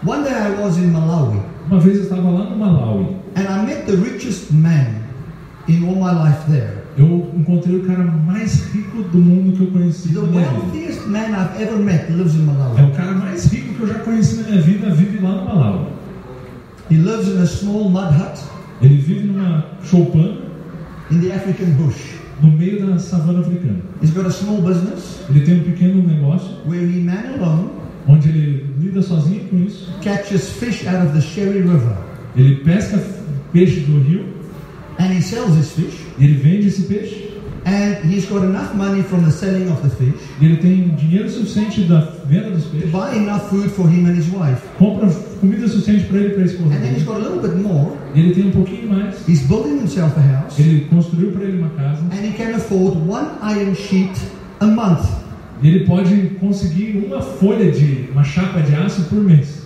Speaker 1: One day I was in Malawi
Speaker 2: Uma vez eu estava lá no Malawi
Speaker 1: and I met the richest man in all my life there.
Speaker 2: Eu encontrei o cara mais rico do mundo que eu conheci
Speaker 1: The
Speaker 2: na minha vida.
Speaker 1: wealthiest man I've ever met lives in
Speaker 2: É
Speaker 1: Malawi.
Speaker 2: o cara mais rico que eu já conheci na minha vida, vive lá no Malawi.
Speaker 1: He lives in a small mud hut
Speaker 2: Ele vive numa choupana
Speaker 1: in the African bush.
Speaker 2: no meio da savana africana.
Speaker 1: He's got a small business
Speaker 2: Ele tem um pequeno negócio
Speaker 1: where he man alone
Speaker 2: onde ele lida sozinho com isso.
Speaker 1: catches fish out of the Sherry River
Speaker 2: Ele pesca peixe do rio,
Speaker 1: and he sells his fish.
Speaker 2: ele vende esse peixe,
Speaker 1: And he's got enough money from the selling of the fish
Speaker 2: e ele tem dinheiro suficiente da venda dos
Speaker 1: to
Speaker 2: peixes,
Speaker 1: buy enough food for him and his wife.
Speaker 2: compra comida suficiente para ele e para a esposa
Speaker 1: And then he's
Speaker 2: dele.
Speaker 1: got a little bit more.
Speaker 2: Ele tem um pouquinho mais,
Speaker 1: He's building himself a house
Speaker 2: ele construiu para ele uma casa,
Speaker 1: and he can afford one iron sheet a month.
Speaker 2: e ele pode conseguir uma folha de uma chapa de aço por mês,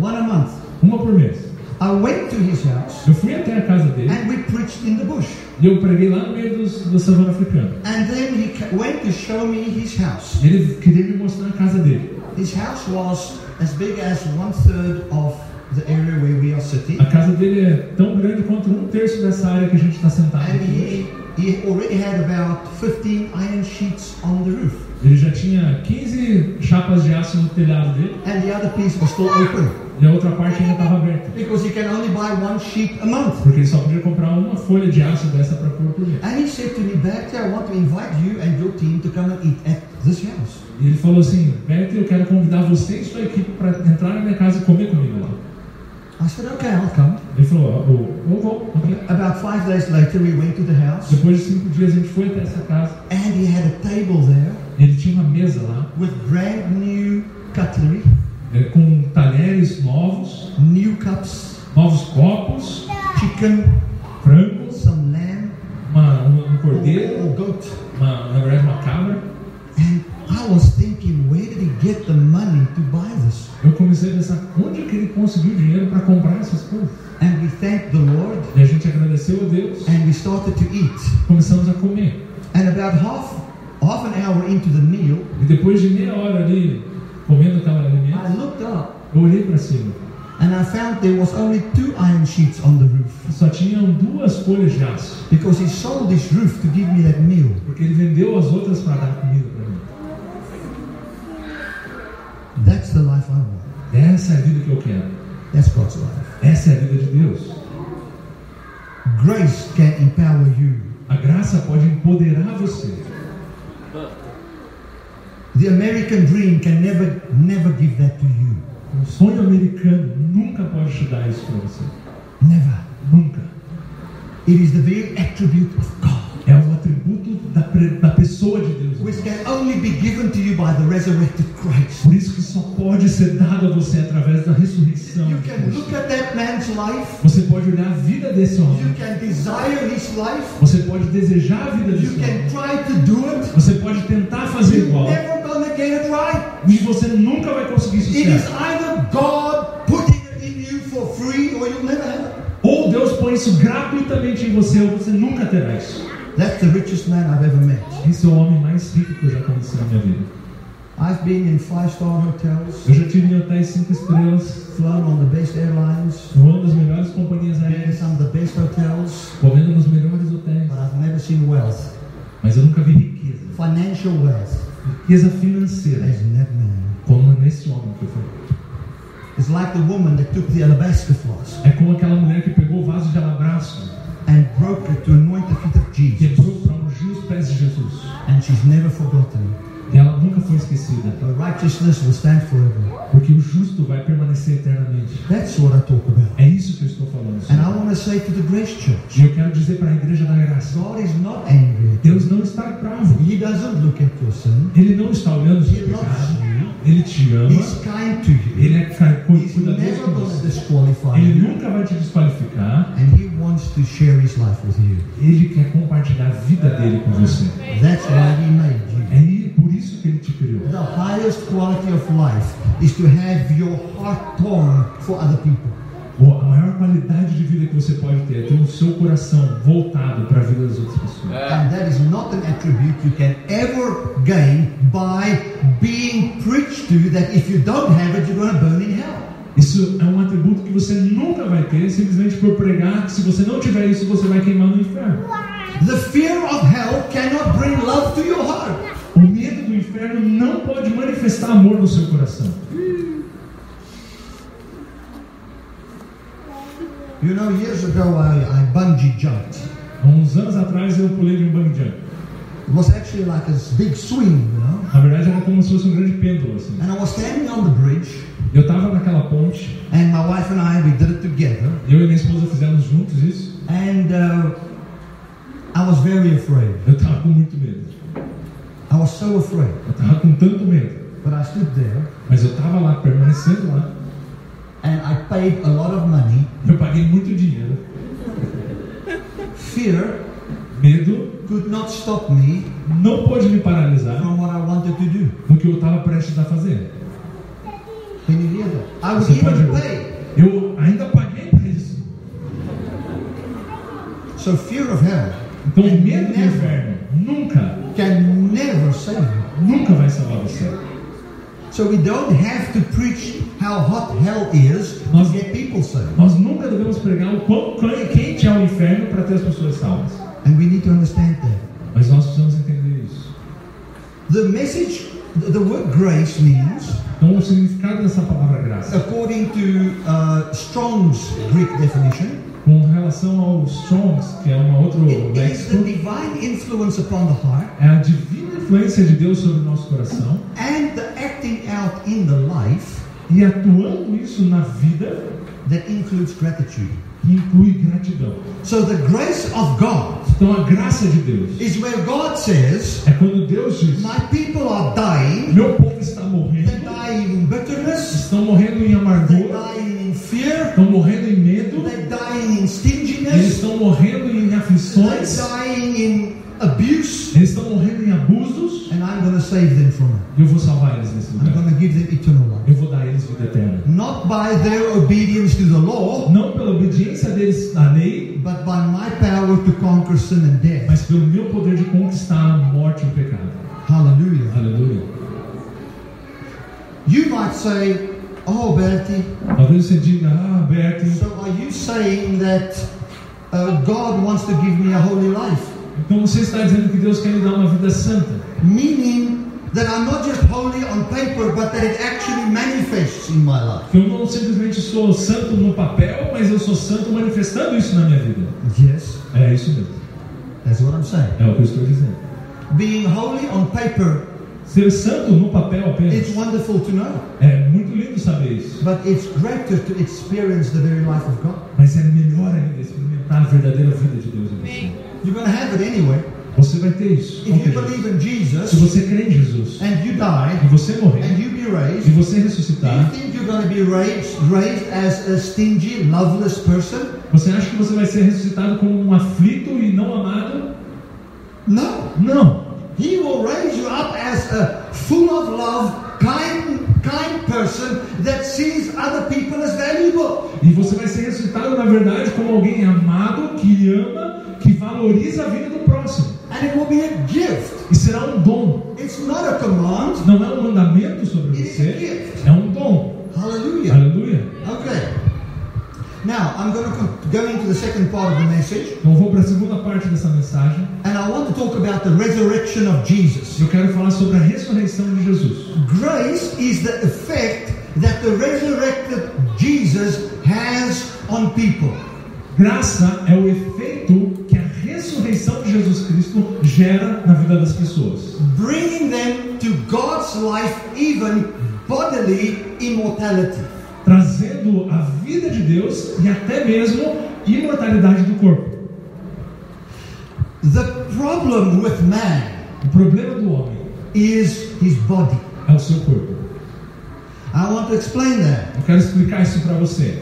Speaker 1: One a month.
Speaker 2: uma por mês.
Speaker 1: I went to his house
Speaker 2: Eu fui até a casa dele
Speaker 1: and we preached in the bush.
Speaker 2: e eu preguei lá no meio dos, da savana africana.
Speaker 1: And then he ca- went to show me his house.
Speaker 2: Ele queria me mostrar a casa dele.
Speaker 1: His house was as big as one third of the area where we are sitting.
Speaker 2: A casa dele é tão grande quanto um terço dessa área que a gente está sentado
Speaker 1: And
Speaker 2: aqui hoje.
Speaker 1: he, he already had about 15 iron sheets on the roof.
Speaker 2: Ele já tinha 15 chapas de aço no telhado dele
Speaker 1: And the other piece was still open
Speaker 2: e a outra parte ainda estava aberta.
Speaker 1: because you can only buy one sheet a month.
Speaker 2: Porque ele só podia comprar uma folha de aço dessa para pôr por mês.
Speaker 1: And he said to me, Bertie, I want to invite you and your team to come and eat at this house.
Speaker 2: E ele falou assim: Beto, eu quero convidar você e sua equipe para entrar na minha casa e comer comigo lá.
Speaker 1: I said, okay, I'll come.
Speaker 2: Ele falou: Ó, eu eu vou, ok.
Speaker 1: About five days later, we went to the house
Speaker 2: Depois de cinco dias a gente foi até essa casa.
Speaker 1: and he had a table there
Speaker 2: Ele tinha uma mesa lá
Speaker 1: with brand new cutlery,
Speaker 2: é, com talheres novos,
Speaker 1: new cups,
Speaker 2: novos copos,
Speaker 1: chicken,
Speaker 2: francos,
Speaker 1: some lamb,
Speaker 2: uma, uma- um
Speaker 1: or,
Speaker 2: cordeiro,
Speaker 1: or goat.
Speaker 2: uma, na verdade uma cabra.
Speaker 1: And I was thinking, where did he get the money to buy this?
Speaker 2: Eu comecei a pensar onde é que ele conseguiu dinheiro para comprar essas coisas.
Speaker 1: And we thanked the Lord
Speaker 2: E a gente agradeceu a Deus.
Speaker 1: and we started to eat.
Speaker 2: Começamos a comer.
Speaker 1: And about half half an hour into the meal,
Speaker 2: E depois de meia hora ali, comendo aquela alimento,
Speaker 1: I looked up
Speaker 2: eu olhei para cima.
Speaker 1: and I found there was only two iron sheets on the roof
Speaker 2: Só tinham duas folhas de aço.
Speaker 1: because he sold his roof to give me that meal.
Speaker 2: Porque ele vendeu as outras para dar comida para mim.
Speaker 1: That's the life I want.
Speaker 2: Essa é a vida que eu quero.
Speaker 1: That's God's life.
Speaker 2: Essa é a vida de Deus.
Speaker 1: Grace can empower you.
Speaker 2: A graça pode empoderar você.
Speaker 1: The American dream can never, never give that to you.
Speaker 2: O Um sonho americano nunca pode te dar isso para você.
Speaker 1: Never.
Speaker 2: Nunca.
Speaker 1: It is the very attribute of God,
Speaker 2: É um atributo da, pre- da pessoa de Deus.
Speaker 1: which can only be given to you by the resurrected Christ.
Speaker 2: Por isso que só pode ser dado a você através da ressurreição.
Speaker 1: You
Speaker 2: de
Speaker 1: can
Speaker 2: Cristo.
Speaker 1: look at that man's life.
Speaker 2: Você pode olhar a vida desse
Speaker 1: You
Speaker 2: homem.
Speaker 1: can desire his life.
Speaker 2: Você pode desejar a vida
Speaker 1: You
Speaker 2: desse
Speaker 1: can
Speaker 2: homem.
Speaker 1: try to do it.
Speaker 2: Você pode tentar fazer
Speaker 1: You're
Speaker 2: igual.
Speaker 1: never gonna get it right.
Speaker 2: E você nunca vai conseguir
Speaker 1: It is
Speaker 2: sucesso.
Speaker 1: either God putting it in you for free, or you'll never have it.
Speaker 2: Ou Deus põe isso gratuitamente em você, ou você nunca terá isso.
Speaker 1: That's the richest man I've ever met.
Speaker 2: Esse é o homem mais rico que eu já conheci na minha vida.
Speaker 1: I've been in five-star hotels,
Speaker 2: Eu já tive em hotéis cinco estrelas,
Speaker 1: flown on the best airlines,
Speaker 2: voando nas melhores companhias
Speaker 1: been in
Speaker 2: aéreas,
Speaker 1: some of the best hotels,
Speaker 2: comendo nos melhores hotéis.
Speaker 1: but I've never seen wealth,
Speaker 2: Mas eu nunca vi riqueza.
Speaker 1: financial wealth,
Speaker 2: Riqueza financeira. É
Speaker 1: as in that man.
Speaker 2: Como nesse homem que eu falei.
Speaker 1: It's like the woman that took the alabaster flask
Speaker 2: É como aquela mulher que pegou o vaso de alabastro,
Speaker 1: and broke it to anoint the feet of Jesus,
Speaker 2: quebrou para ungir os pés de Jesus.
Speaker 1: and she's never forgotten.
Speaker 2: E ela nunca foi esquecida, tá?
Speaker 1: Her righteousness will stand forever.
Speaker 2: porque o justo vai permanecer eternamente.
Speaker 1: That's what I talk about.
Speaker 2: É isso que eu estou falando.
Speaker 1: And I
Speaker 2: Senhor.
Speaker 1: want to say to the Grace Church,
Speaker 2: E eu quero dizer para a igreja da graça:
Speaker 1: God is not angry at you.
Speaker 2: Deus não está bravo.
Speaker 1: He doesn't look at your sin.
Speaker 2: Ele não está olhando o seu
Speaker 1: He loves
Speaker 2: pecado.
Speaker 1: you.
Speaker 2: Ele te ama.
Speaker 1: He's kind to you.
Speaker 2: Ele é ca- cu-
Speaker 1: He's
Speaker 2: cuidadoso
Speaker 1: never
Speaker 2: com
Speaker 1: going to
Speaker 2: você.
Speaker 1: disqualify
Speaker 2: Ele
Speaker 1: you.
Speaker 2: nunca vai te desqualificar.
Speaker 1: And he wants to share his life with you.
Speaker 2: Ele quer compartilhar a vida dele com você.
Speaker 1: That's why he made you.
Speaker 2: É i- por isso que ele te criou.
Speaker 1: The highest quality of life is to have your heart torn for other people.
Speaker 2: Bom, A maior qualidade de vida que você pode ter é ter o seu coração voltado para a vida das outras pessoas.
Speaker 3: É.
Speaker 1: And that is not an attribute you can ever gain by being preached to that if you don't have it, you're going to burn in hell.
Speaker 2: Isso é um atributo que você nunca vai ter simplesmente por pregar. que Se você não tiver isso, você vai queimar no inferno.
Speaker 1: The fear of hell cannot bring love to your heart.
Speaker 2: O medo do inferno não pode manifestar amor no seu coração.
Speaker 1: You know, years ago I, I bungee jumped.
Speaker 2: Há uns anos atrás eu pulei de um bungee jump.
Speaker 1: It was actually like a big swing, you know.
Speaker 2: Na verdade era como se fosse um grande pêndulo assim.
Speaker 1: And I was standing on the bridge,
Speaker 2: Eu estava naquela ponte,
Speaker 1: and my wife and I we did it together.
Speaker 2: eu e minha esposa fizemos juntos isso.
Speaker 1: And uh, I was very afraid.
Speaker 2: Eu estava com muito medo.
Speaker 1: I was so afraid.
Speaker 2: Eu estava com tanto medo.
Speaker 1: But I stood there
Speaker 2: Mas eu estava lá, permanecendo lá.
Speaker 1: and I paid a lot of money.
Speaker 2: Eu paguei muito dinheiro.
Speaker 1: Fear
Speaker 2: Medo
Speaker 1: could not stop me
Speaker 2: não pôde me paralisar
Speaker 1: from what I wanted to do.
Speaker 2: no que eu estava prestes a fazer.
Speaker 1: Can you hear that? I would
Speaker 2: Você pode.
Speaker 1: even pay.
Speaker 2: Eu ainda paguei para isso.
Speaker 1: So fear of hell
Speaker 2: Então o medo do inferno nunca,
Speaker 1: can never save you.
Speaker 2: nunca vai salvar você.
Speaker 1: So we don't have to preach how hot hell is to
Speaker 2: Nós-
Speaker 1: get people saved.
Speaker 2: Nós nunca devemos pregar o quão quente é o inferno para ter as pessoas salvas.
Speaker 1: And we need to understand that.
Speaker 2: Mas nós precisamos entender isso.
Speaker 1: The message, the the word grace means,
Speaker 2: Então o significado dessa palavra graça
Speaker 1: according to uh, Strong's Greek definition,
Speaker 2: Com relação ao Strong's, que é um outro
Speaker 1: it is the
Speaker 2: léxico,
Speaker 1: divine influence upon the heart
Speaker 2: é a divina influência de Deus sobre o nosso coração
Speaker 1: and the acting out in the life
Speaker 2: e atuando isso na vida
Speaker 1: that includes gratitude.
Speaker 2: que inclui gratidão.
Speaker 1: So the grace of God
Speaker 2: Então a graça de Deus
Speaker 1: is where God says,
Speaker 2: é quando Deus diz:
Speaker 1: My people are dying.
Speaker 2: Meu povo está morrendo,
Speaker 1: They die in bitterness.
Speaker 2: estão morrendo em
Speaker 1: They
Speaker 2: amargura,
Speaker 1: die in fear.
Speaker 2: estão morrendo em medo,
Speaker 1: They die in
Speaker 2: eles
Speaker 1: stinginess.
Speaker 2: estão morrendo em
Speaker 1: They
Speaker 2: aflições,
Speaker 1: dying in abuse.
Speaker 2: eles estão morrendo em abusos.
Speaker 1: And I'm going to save them from it.
Speaker 2: Eu vou salvar eles nesse
Speaker 1: I'm
Speaker 2: lugar.
Speaker 1: going to give them eternal life.
Speaker 2: Eu vou dar a eles vida eterna.
Speaker 1: Not by their obedience to the law,
Speaker 2: Não pela obediência deles à lei,
Speaker 1: but by my power to conquer sin and death.
Speaker 2: mas pelo meu poder de conquistar a morte e o pecado.
Speaker 1: Hallelujah.
Speaker 2: Aleluia.
Speaker 1: You might say, Oh, Bertie,
Speaker 2: Talvez você diga, ah, Berto,
Speaker 1: so are you saying that uh, God wants to give me a holy life?
Speaker 2: então você está dizendo que Deus quer lhe dar uma vida santa.
Speaker 1: Meaning that I'm not just holy on paper, but that it actually manifests in my life.
Speaker 2: Que eu não simplesmente sou santo no papel, mas eu sou santo manifestando isso na minha vida.
Speaker 1: Yes,
Speaker 2: É isso mesmo.
Speaker 1: that's what I'm saying.
Speaker 2: É o que eu estou dizendo.
Speaker 1: Being holy on paper,
Speaker 2: Ser santo no papel apenas
Speaker 1: it's wonderful to know,
Speaker 2: é muito lindo saber isso.
Speaker 1: but it's greater to experience the very life of God.
Speaker 2: Mas é melhor ainda experimentar a verdadeira vida de Deus em você.
Speaker 1: You're going to have it anyway.
Speaker 2: Você vai ter isso.
Speaker 1: If you
Speaker 2: com
Speaker 1: believe
Speaker 2: certeza.
Speaker 1: in
Speaker 2: Se
Speaker 1: Jesus
Speaker 2: você crê em Jesus,
Speaker 1: and you
Speaker 2: e
Speaker 1: die
Speaker 2: você morrer,
Speaker 1: and you be
Speaker 2: e
Speaker 1: raised,
Speaker 2: você
Speaker 1: do you
Speaker 2: ressuscitar,
Speaker 1: think you're going to be raised, raised as a stingy, loveless person?
Speaker 2: você acha que você vai ser ressuscitado como um aflito e não amado?
Speaker 1: No.
Speaker 2: Não.
Speaker 1: He will raise you up as a full of love, kind, kind person that sees other people as valuable.
Speaker 2: E você vai ser ressuscitado, na verdade, como alguém amado, que ama, que valoriza a vida do próximo.
Speaker 1: And it will be a gift.
Speaker 2: E será um dom.
Speaker 1: It's not a command.
Speaker 2: Não é um mandamento sobre você, é um dom.
Speaker 1: Hallelujah.
Speaker 2: Aleluia.
Speaker 1: Okay. Now, I'm going to con- go into the second part of the message.
Speaker 2: Então eu vou para a segunda parte dessa mensagem.
Speaker 1: And I want to talk about the resurrection of Jesus.
Speaker 2: Eu quero falar sobre a ressurreição de Jesus.
Speaker 1: Grace is the effect that the resurrected Jesus has on people.
Speaker 2: Graça é o efeito que a ressurreição de Jesus Cristo gera na vida das pessoas.
Speaker 1: bringing them to God's life, even bodily immortality.
Speaker 2: Trazendo a vida de Deus e até mesmo imortalidade do corpo.
Speaker 1: The problem with man
Speaker 2: O problema do homem
Speaker 1: is his body.
Speaker 2: é o seu corpo.
Speaker 1: I want to explain that.
Speaker 2: Eu quero explicar isso para você.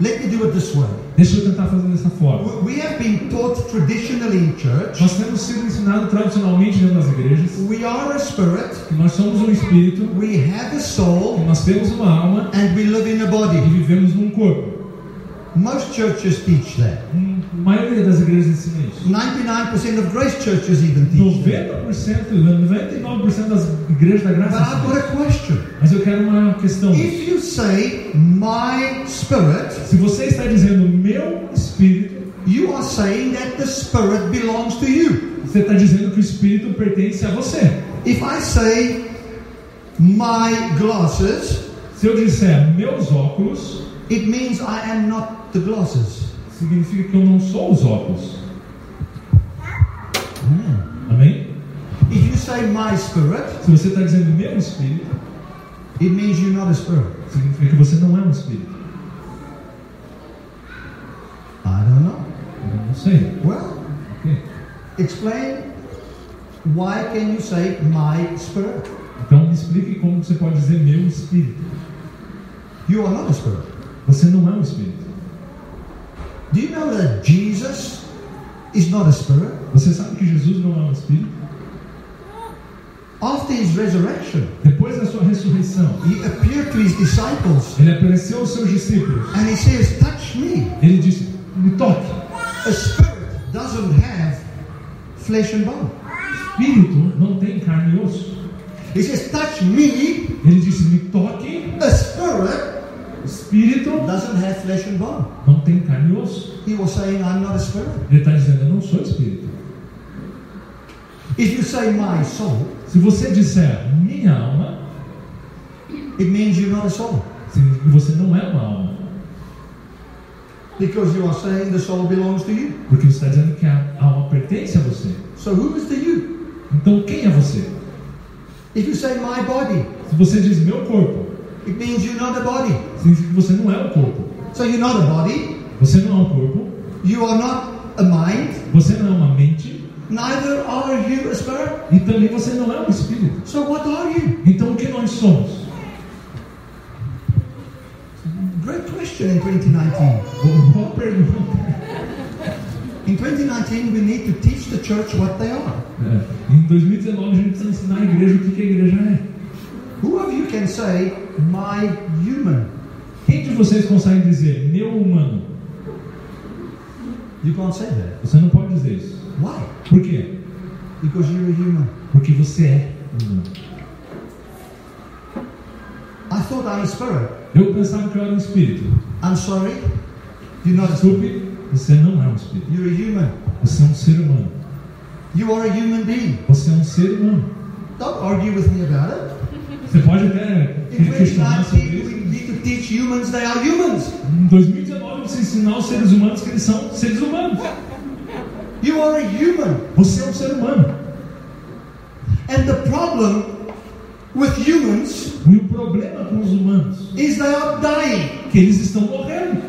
Speaker 1: Let me do it this way.
Speaker 2: Deixa eu tentar fazer dessa forma.
Speaker 1: We- We have been taught traditionally in church
Speaker 2: Nós temos sido ensinados tradicionalmente dentro das igrejas
Speaker 1: we are a spirit,
Speaker 2: que nós somos um espírito,
Speaker 1: we have a
Speaker 2: que
Speaker 1: soul,
Speaker 2: nós temos uma alma
Speaker 1: and we live in a
Speaker 2: e
Speaker 1: body.
Speaker 2: vivemos num corpo.
Speaker 1: Most churches teach that.
Speaker 2: Hum, A maioria das igrejas ensina isso.
Speaker 1: 99% of grace churches even teach that.
Speaker 2: 90%, 99% das igrejas da
Speaker 1: But
Speaker 2: graça.
Speaker 1: I've
Speaker 2: ensinam.
Speaker 1: got a question.
Speaker 2: Mas eu quero uma questão.
Speaker 1: If you say, my spirit,
Speaker 2: Se você está dizendo meu espírito,
Speaker 1: you are saying that the spirit belongs to you.
Speaker 2: você está dizendo que o espírito pertence a você.
Speaker 1: If I say, my glasses,
Speaker 2: Se eu disser meus óculos,
Speaker 1: it means I am not the glasses.
Speaker 2: significa que eu não sou os óculos. Amém?
Speaker 1: Hmm. If you say, my spirit,
Speaker 2: Se você está dizendo meu espírito,
Speaker 1: it means you're not a spirit.
Speaker 2: significa que você não é um espírito.
Speaker 1: I don't know.
Speaker 2: Eu não sei.
Speaker 1: Well,
Speaker 2: Ok?
Speaker 1: Explain why can you say my spirit?
Speaker 2: Então me explique como você pode dizer meu espírito.
Speaker 1: You are not a spirit.
Speaker 2: Você não é um espírito.
Speaker 1: Do you know that Jesus is not a spirit?
Speaker 2: Você sabe que Jesus não é um espírito?
Speaker 1: After his resurrection,
Speaker 2: Depois da sua ressurreição,
Speaker 1: he appeared to his disciples
Speaker 2: ele apareceu aos seus discípulos.
Speaker 1: and he says, Touch me.
Speaker 2: Ele disse: Me toque.
Speaker 1: A spirit doesn't have flesh and bone.
Speaker 2: Espírito não tem carne e osso.
Speaker 1: He says, Touch me.
Speaker 2: Ele disse: Me toque.
Speaker 1: A spirit
Speaker 2: Espírito
Speaker 1: doesn't have flesh and bone.
Speaker 2: não tem carne e osso.
Speaker 1: He was saying, I'm not a spirit.
Speaker 2: Ele está dizendo: Eu não sou espírito.
Speaker 1: If you say my soul,
Speaker 2: Se você disser minha alma,
Speaker 1: it means you're not a soul.
Speaker 2: significa que você não é uma alma.
Speaker 1: Because you are saying the soul belongs to you.
Speaker 2: Porque você está dizendo que a alma pertence a você.
Speaker 1: So who is the you?
Speaker 2: Então quem é você?
Speaker 1: If you say my body,
Speaker 2: Se você diz meu corpo,
Speaker 1: it means you're not a body.
Speaker 2: significa que você não é um corpo.
Speaker 1: So you're not a body,
Speaker 2: Você não é um corpo.
Speaker 1: you are not a mind,
Speaker 2: Você não é uma mente.
Speaker 1: neither are you a spirit.
Speaker 2: E também você não é um espírito.
Speaker 1: So what are you?
Speaker 2: Então o que nós somos?
Speaker 1: Great question in 2019.
Speaker 2: Boa pergunta.
Speaker 1: In 2019, we need to teach the church what they are.
Speaker 2: É, Em 2019 a gente precisa ensinar a igreja o que que a igreja é.
Speaker 1: Who of you can say my human?
Speaker 2: Quem de vocês consegue dizer meu humano?
Speaker 1: You can't say that.
Speaker 2: Você não pode dizer isso.
Speaker 1: Why?
Speaker 2: Por quê?
Speaker 1: Because you're a human.
Speaker 2: Porque você é humano.
Speaker 1: I thought I'm a spirit.
Speaker 2: Eu pensava que eu era um espírito.
Speaker 1: I'm sorry. You're not a spirit.
Speaker 2: Desculpe, você não é um espírito.
Speaker 1: You're a human.
Speaker 2: Você é um ser humano.
Speaker 1: You are a human being.
Speaker 2: Você é um ser humano.
Speaker 1: Don't argue with me about it.
Speaker 2: Você pode até
Speaker 1: In
Speaker 2: questionar sobre
Speaker 1: 2019, we
Speaker 2: isso.
Speaker 1: need to teach humans they are humans.
Speaker 2: Em 2019 você ensinar os seres humanos que eles são seres humanos.
Speaker 1: You are a human.
Speaker 2: Você é um ser humano.
Speaker 1: And the problem with humans
Speaker 2: E o problema com os humanos
Speaker 1: is they are dying.
Speaker 2: é que eles estão morrendo.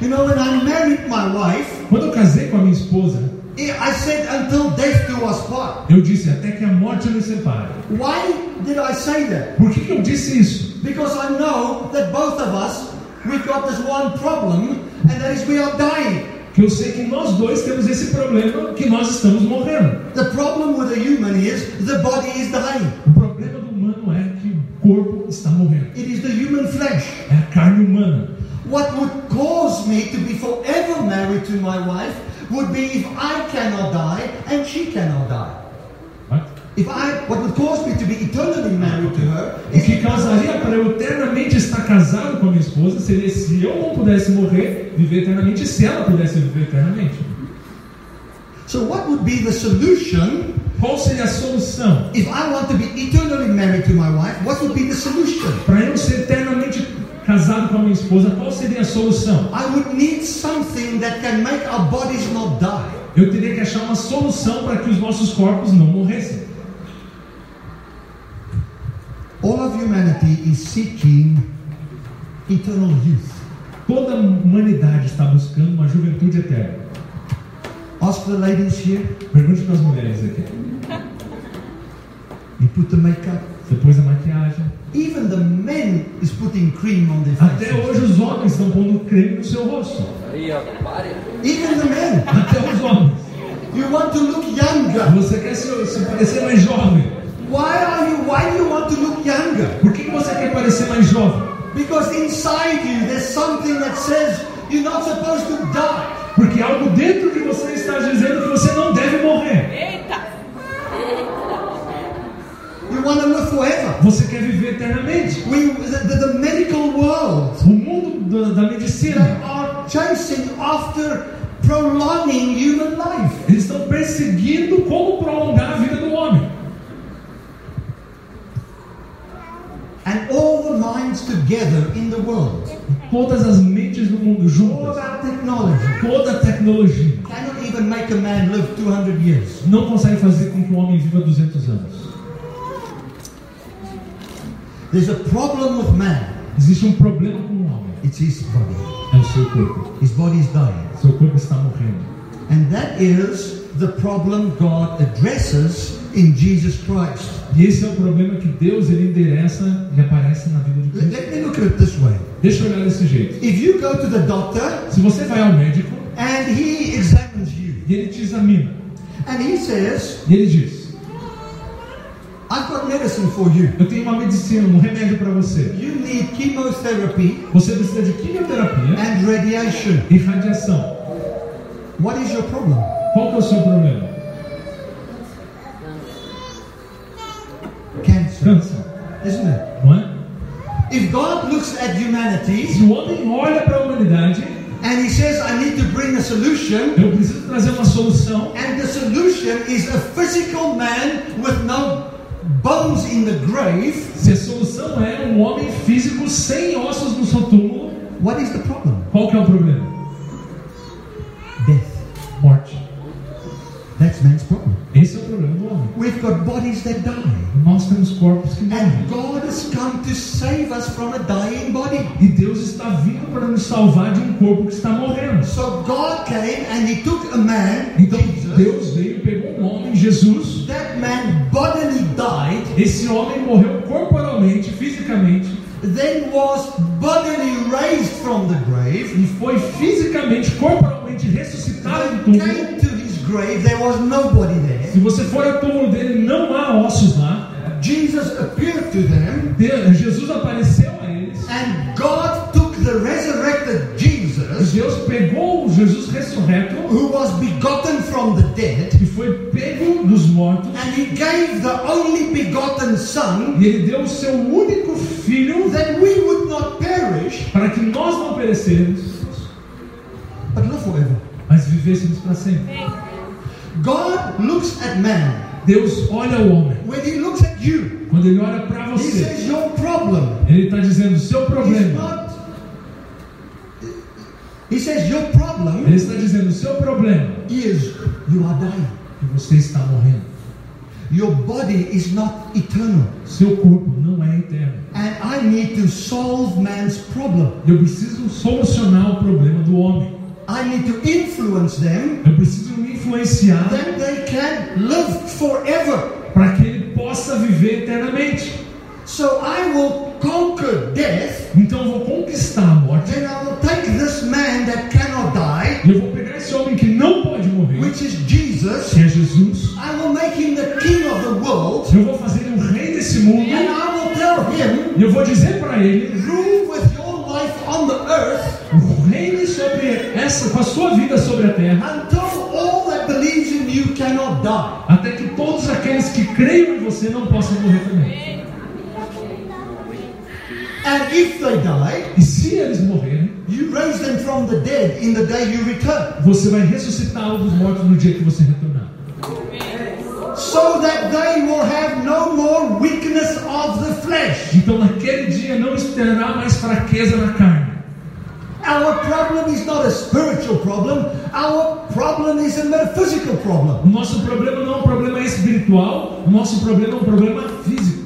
Speaker 1: You know, when I married my wife,
Speaker 2: Quando eu casei com a minha esposa,
Speaker 1: I said, until death do us part.
Speaker 2: eu disse até que a morte nos separe.
Speaker 1: Why did I say that?
Speaker 2: Por que, que eu disse isso?
Speaker 1: Because I know that both of us, we've got this one problem, and that is we are dying.
Speaker 2: Que eu sei que nós dois temos esse problema que nós estamos morrendo.
Speaker 1: The problem with a human is the body is dying.
Speaker 2: O problema do humano é que o corpo está morrendo.
Speaker 1: It is the human flesh.
Speaker 2: É a carne humana.
Speaker 1: What would cause me to be forever married to my wife would be if I cannot die and she cannot die.
Speaker 2: Tá?
Speaker 1: If I, what would cause me to be eternally married to her
Speaker 2: O que
Speaker 1: is
Speaker 2: causaria para eu eternamente estar casado com a minha esposa seria se eu não pudesse morrer, viver eternamente, e se ela pudesse viver eternamente.
Speaker 1: so. What would be the solution
Speaker 2: Qual seria a solução?
Speaker 1: if I want to be eternally married to my wife? What would be the solution?
Speaker 2: Para eu ser eternamente casado com a minha esposa, qual seria a solução?
Speaker 1: I would need something that can make our bodies not die.
Speaker 2: Eu teria que achar uma solução para que os nossos corpos não morressem.
Speaker 1: All of humanity is seeking eternal youth.
Speaker 2: Toda a humanidade está buscando uma juventude eterna.
Speaker 1: Ask the ladies here.
Speaker 2: Pergunte para as mulheres aqui.
Speaker 1: You put the makeup.
Speaker 2: Depois da maquiagem.
Speaker 1: Even the men is putting cream on their
Speaker 2: Até
Speaker 1: faces.
Speaker 2: hoje os homens estão pondo creme no seu rosto.
Speaker 3: Aí, ó, pare.
Speaker 1: Even the men.
Speaker 2: Até os homens.
Speaker 1: You want to look younger.
Speaker 2: Você quer se, se parecer mais jovem.
Speaker 1: Why are you? Why do you want to look younger?
Speaker 2: Por que que você quer parecer mais jovem?
Speaker 1: Because inside you there's something that says You're not supposed to die.
Speaker 2: Porque algo dentro de você está dizendo que você não deve morrer.
Speaker 4: Eita!
Speaker 1: You want to live forever.
Speaker 2: Você quer viver eternamente.
Speaker 1: We, the, the, the medical world
Speaker 2: O mundo da, da
Speaker 1: that
Speaker 2: medicina,
Speaker 1: are chasing after prolonging human life.
Speaker 2: eles estão perseguindo como prolongar a vida do homem.
Speaker 1: And all the minds together in the world,
Speaker 2: Todas as mentes do mundo
Speaker 1: all
Speaker 2: juntas,
Speaker 1: that technology,
Speaker 2: toda a tecnologia,
Speaker 1: cannot even make a man live 200 years.
Speaker 2: não consegue fazer com que o homem viva 200 anos.
Speaker 1: There's a problem with man.
Speaker 2: Existe um problema com o homem.
Speaker 1: It's his body.
Speaker 2: É o seu corpo.
Speaker 1: His body is dying.
Speaker 2: Seu corpo está morrendo.
Speaker 1: And that is the problem God addresses in Jesus Christ.
Speaker 2: E esse é o problema que Deus ele endereça e aparece na vida de
Speaker 1: Let,
Speaker 2: Cristo.
Speaker 1: let me look at it this way.
Speaker 2: Deixa eu olhar desse jeito.
Speaker 1: If you go to the doctor
Speaker 2: Se você vai ao médico
Speaker 1: and he examines you
Speaker 2: e ele te examina,
Speaker 1: and he says,
Speaker 2: e ele diz:
Speaker 1: I've got medicine for you.
Speaker 2: Eu tenho uma medicina, um remédio para você.
Speaker 1: You need chemotherapy
Speaker 2: Você precisa de quimioterapia
Speaker 1: and radiation.
Speaker 2: e radiação.
Speaker 1: What is your problem?
Speaker 2: Qual que é o seu problema?
Speaker 1: Cancer,
Speaker 2: Câncer,
Speaker 1: isn't it?
Speaker 2: não é?
Speaker 1: If God looks at humanity
Speaker 2: Se o homem olha para a humanidade,
Speaker 1: and he says, I need to bring a solution,
Speaker 2: eu preciso trazer uma solução.
Speaker 1: and the solution is a physical man with no bones in the grave,
Speaker 2: Se a solução é um homem físico sem ossos no seu túmulo,
Speaker 1: what is the problem?
Speaker 2: qual que é o problema?
Speaker 1: Death.
Speaker 2: Morte.
Speaker 1: That's man's problem.
Speaker 2: Esse é o problema do homem.
Speaker 1: We've got bodies that die.
Speaker 2: Nós temos corpos que morrem.
Speaker 1: And God has come to save us from a dying body.
Speaker 2: E Deus está vindo para nos salvar de um corpo que está morrendo.
Speaker 1: So God came and He took a man,
Speaker 2: Então
Speaker 1: Jesus.
Speaker 2: Deus veio, pegou um homem, Jesus.
Speaker 1: That man bodily died,
Speaker 2: Esse homem morreu corporalmente, fisicamente,
Speaker 1: then was bodily raised from the grave.
Speaker 2: e foi fisicamente, corporalmente ressuscitado do túmulo.
Speaker 1: Came to his grave, there was nobody there.
Speaker 2: Se você for ao túmulo dele, não há ossos lá.
Speaker 1: Jesus appeared to them,
Speaker 2: Deus- Jesus apareceu a eles.
Speaker 1: and God took the resurrected Jesus,
Speaker 2: Deus pegou o Jesus ressurreto,
Speaker 1: who was begotten from the dead,
Speaker 2: que foi pego dos mortos,
Speaker 1: and He gave the only begotten Son
Speaker 2: e ele deu o seu único filho
Speaker 1: that we would not perish.
Speaker 2: para que nós não perecêssemos,
Speaker 1: But live forever.
Speaker 2: mas vivêssemos para sempre.
Speaker 1: God looks at man.
Speaker 2: Deus olha o homem.
Speaker 1: When he looks at you,
Speaker 2: Quando ele olha para
Speaker 1: he
Speaker 2: você,
Speaker 1: says, Your problem
Speaker 2: ele está dizendo: seu
Speaker 1: is
Speaker 2: problema.
Speaker 1: not. He says, Your
Speaker 2: Ele
Speaker 1: problem
Speaker 2: está dizendo: seu problema
Speaker 1: is you are dying.
Speaker 2: é que você está morrendo.
Speaker 1: Your body is not eternal.
Speaker 2: Seu corpo não é eterno.
Speaker 1: And I need to solve man's problem.
Speaker 2: Eu preciso solucionar o problema do homem.
Speaker 1: I need to influence them
Speaker 2: Eu preciso me influenciar
Speaker 1: that they can live forever.
Speaker 2: para que ele possa viver eternamente.
Speaker 1: So I will conquer death.
Speaker 2: Então eu vou conquistar a morte.
Speaker 1: Then I will take this man that cannot die,
Speaker 2: E eu vou pegar esse homem que não pode morrer,
Speaker 1: which is Jesus.
Speaker 2: que é Jesus.
Speaker 1: I will make him the king of the world,
Speaker 2: Eu vou fazer ele o rei desse mundo.
Speaker 1: and I will tell him,
Speaker 2: E eu vou dizer para ele:
Speaker 1: rule with your life on the earth
Speaker 2: reine é sobre essa, com a sua vida sobre a terra.
Speaker 1: until all that believes in you cannot die.
Speaker 2: Até que todos aqueles que creiam em você não possam morrer também.
Speaker 1: And if they die,
Speaker 2: E se eles morrerem,
Speaker 1: you raise them from the dead in the day you return,
Speaker 2: você vai ressuscitá-los dos mortos no dia que você retornar.
Speaker 1: so that they will have no more weakness of the flesh.
Speaker 2: Então naquele dia não terá mais fraqueza na carne.
Speaker 1: Our problem is not a spiritual problem, our problem is a metaphysical problem.
Speaker 2: O nosso problema não é um problema espiritual, o nosso problema é um problema físico.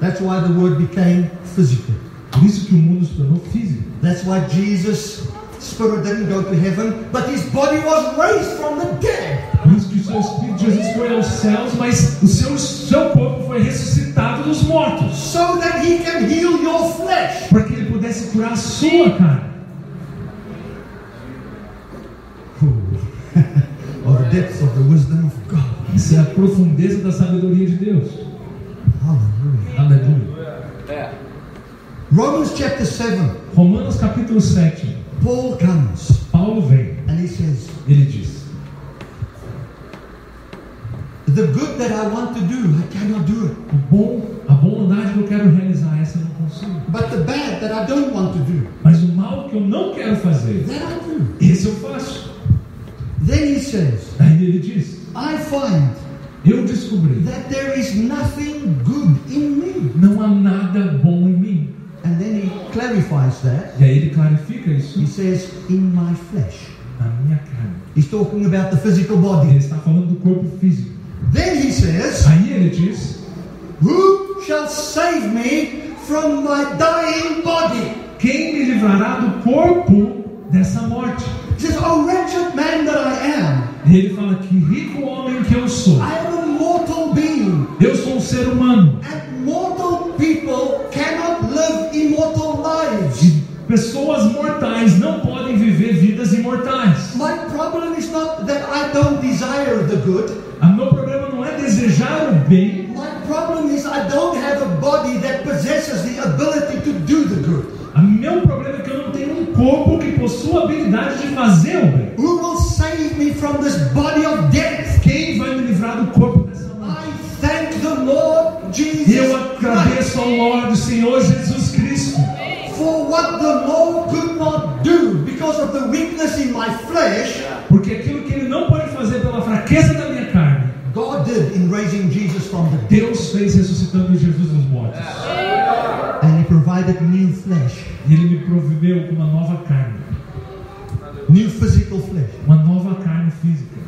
Speaker 1: That's why the word became physical.
Speaker 2: Por isso que o mundo se tornou físico.
Speaker 1: That's why Jesus' spirit didn't go to heaven, but his body was raised from the dead.
Speaker 2: Por isso que o seu Espírito de Jesus foi aos céus, mas o seu, seu corpo foi ressuscitado dos mortos.
Speaker 1: So that he can heal your flesh.
Speaker 2: Para que ele pudesse curar a sua carne.
Speaker 1: or the depths of the wisdom of God.
Speaker 2: Isso é a profundeza da sabedoria de Deus.
Speaker 1: Hallelujah.
Speaker 2: Aleluia.
Speaker 3: É.
Speaker 1: Romans Romans chapter 7,
Speaker 2: Romanos capítulo 7.
Speaker 1: Paul comes
Speaker 2: Paulo vem,
Speaker 1: and he says,
Speaker 2: ele diz:
Speaker 1: The good that I want to do, I cannot do it.
Speaker 2: o bom, a bondade que eu quero realizar, essa eu não consigo.
Speaker 1: But the bad that I don't want to do,
Speaker 2: Mas o mal que eu não quero fazer,
Speaker 1: that I do.
Speaker 2: esse eu faço.
Speaker 1: Then he says,
Speaker 2: Aí ele diz:
Speaker 1: I find
Speaker 2: eu descobri,
Speaker 1: that there is nothing good in me.
Speaker 2: não há nada bom em mim.
Speaker 1: And then he clarifies that.
Speaker 2: E aí ele clarifica isso
Speaker 1: He says, in my flesh.
Speaker 2: na minha carne.
Speaker 1: He's talking about the physical
Speaker 2: Ele
Speaker 1: body.
Speaker 2: está falando do corpo físico.
Speaker 1: Then he says,
Speaker 2: Aí ele diz:
Speaker 1: Who shall save me from my dying body?
Speaker 2: quem me livrará do corpo dessa morte?
Speaker 1: He says, Oh wretched man that I am,
Speaker 2: E ele fala: que rico homem que eu sou.
Speaker 1: I am a mortal being,
Speaker 2: Eu sou um ser humano.
Speaker 1: and mortal people cannot live immortal lives.
Speaker 2: E pessoas mortais não podem viver vidas imortais.
Speaker 1: My problem is not that I don't desire the good.
Speaker 2: O meu problema não é desejar o bem.
Speaker 1: My problem is I don't have a body that possesses the ability to do the good.
Speaker 2: O meu problema é que eu não tenho um corpo que possua a habilidade de fazer o bem.
Speaker 1: Who will save me from this body of death?
Speaker 2: Quem vai me livrar do corpo dessa morte?
Speaker 1: I thank the Lord
Speaker 2: E eu
Speaker 1: Jesus Christ
Speaker 2: agradeço ao Lord, Senhor Jesus Cristo,
Speaker 1: for what the law could not do because of the weakness in my flesh.
Speaker 2: porque aquilo que ele não pode fazer pela fraqueza da minha carne,
Speaker 1: God did in raising Jesus from the dead,
Speaker 2: Deus fez ressuscitando Jesus dos mortos.
Speaker 1: and He provided new flesh,
Speaker 2: E ele me proveu com uma nova carne,
Speaker 1: new physical flesh.
Speaker 2: uma nova carne física.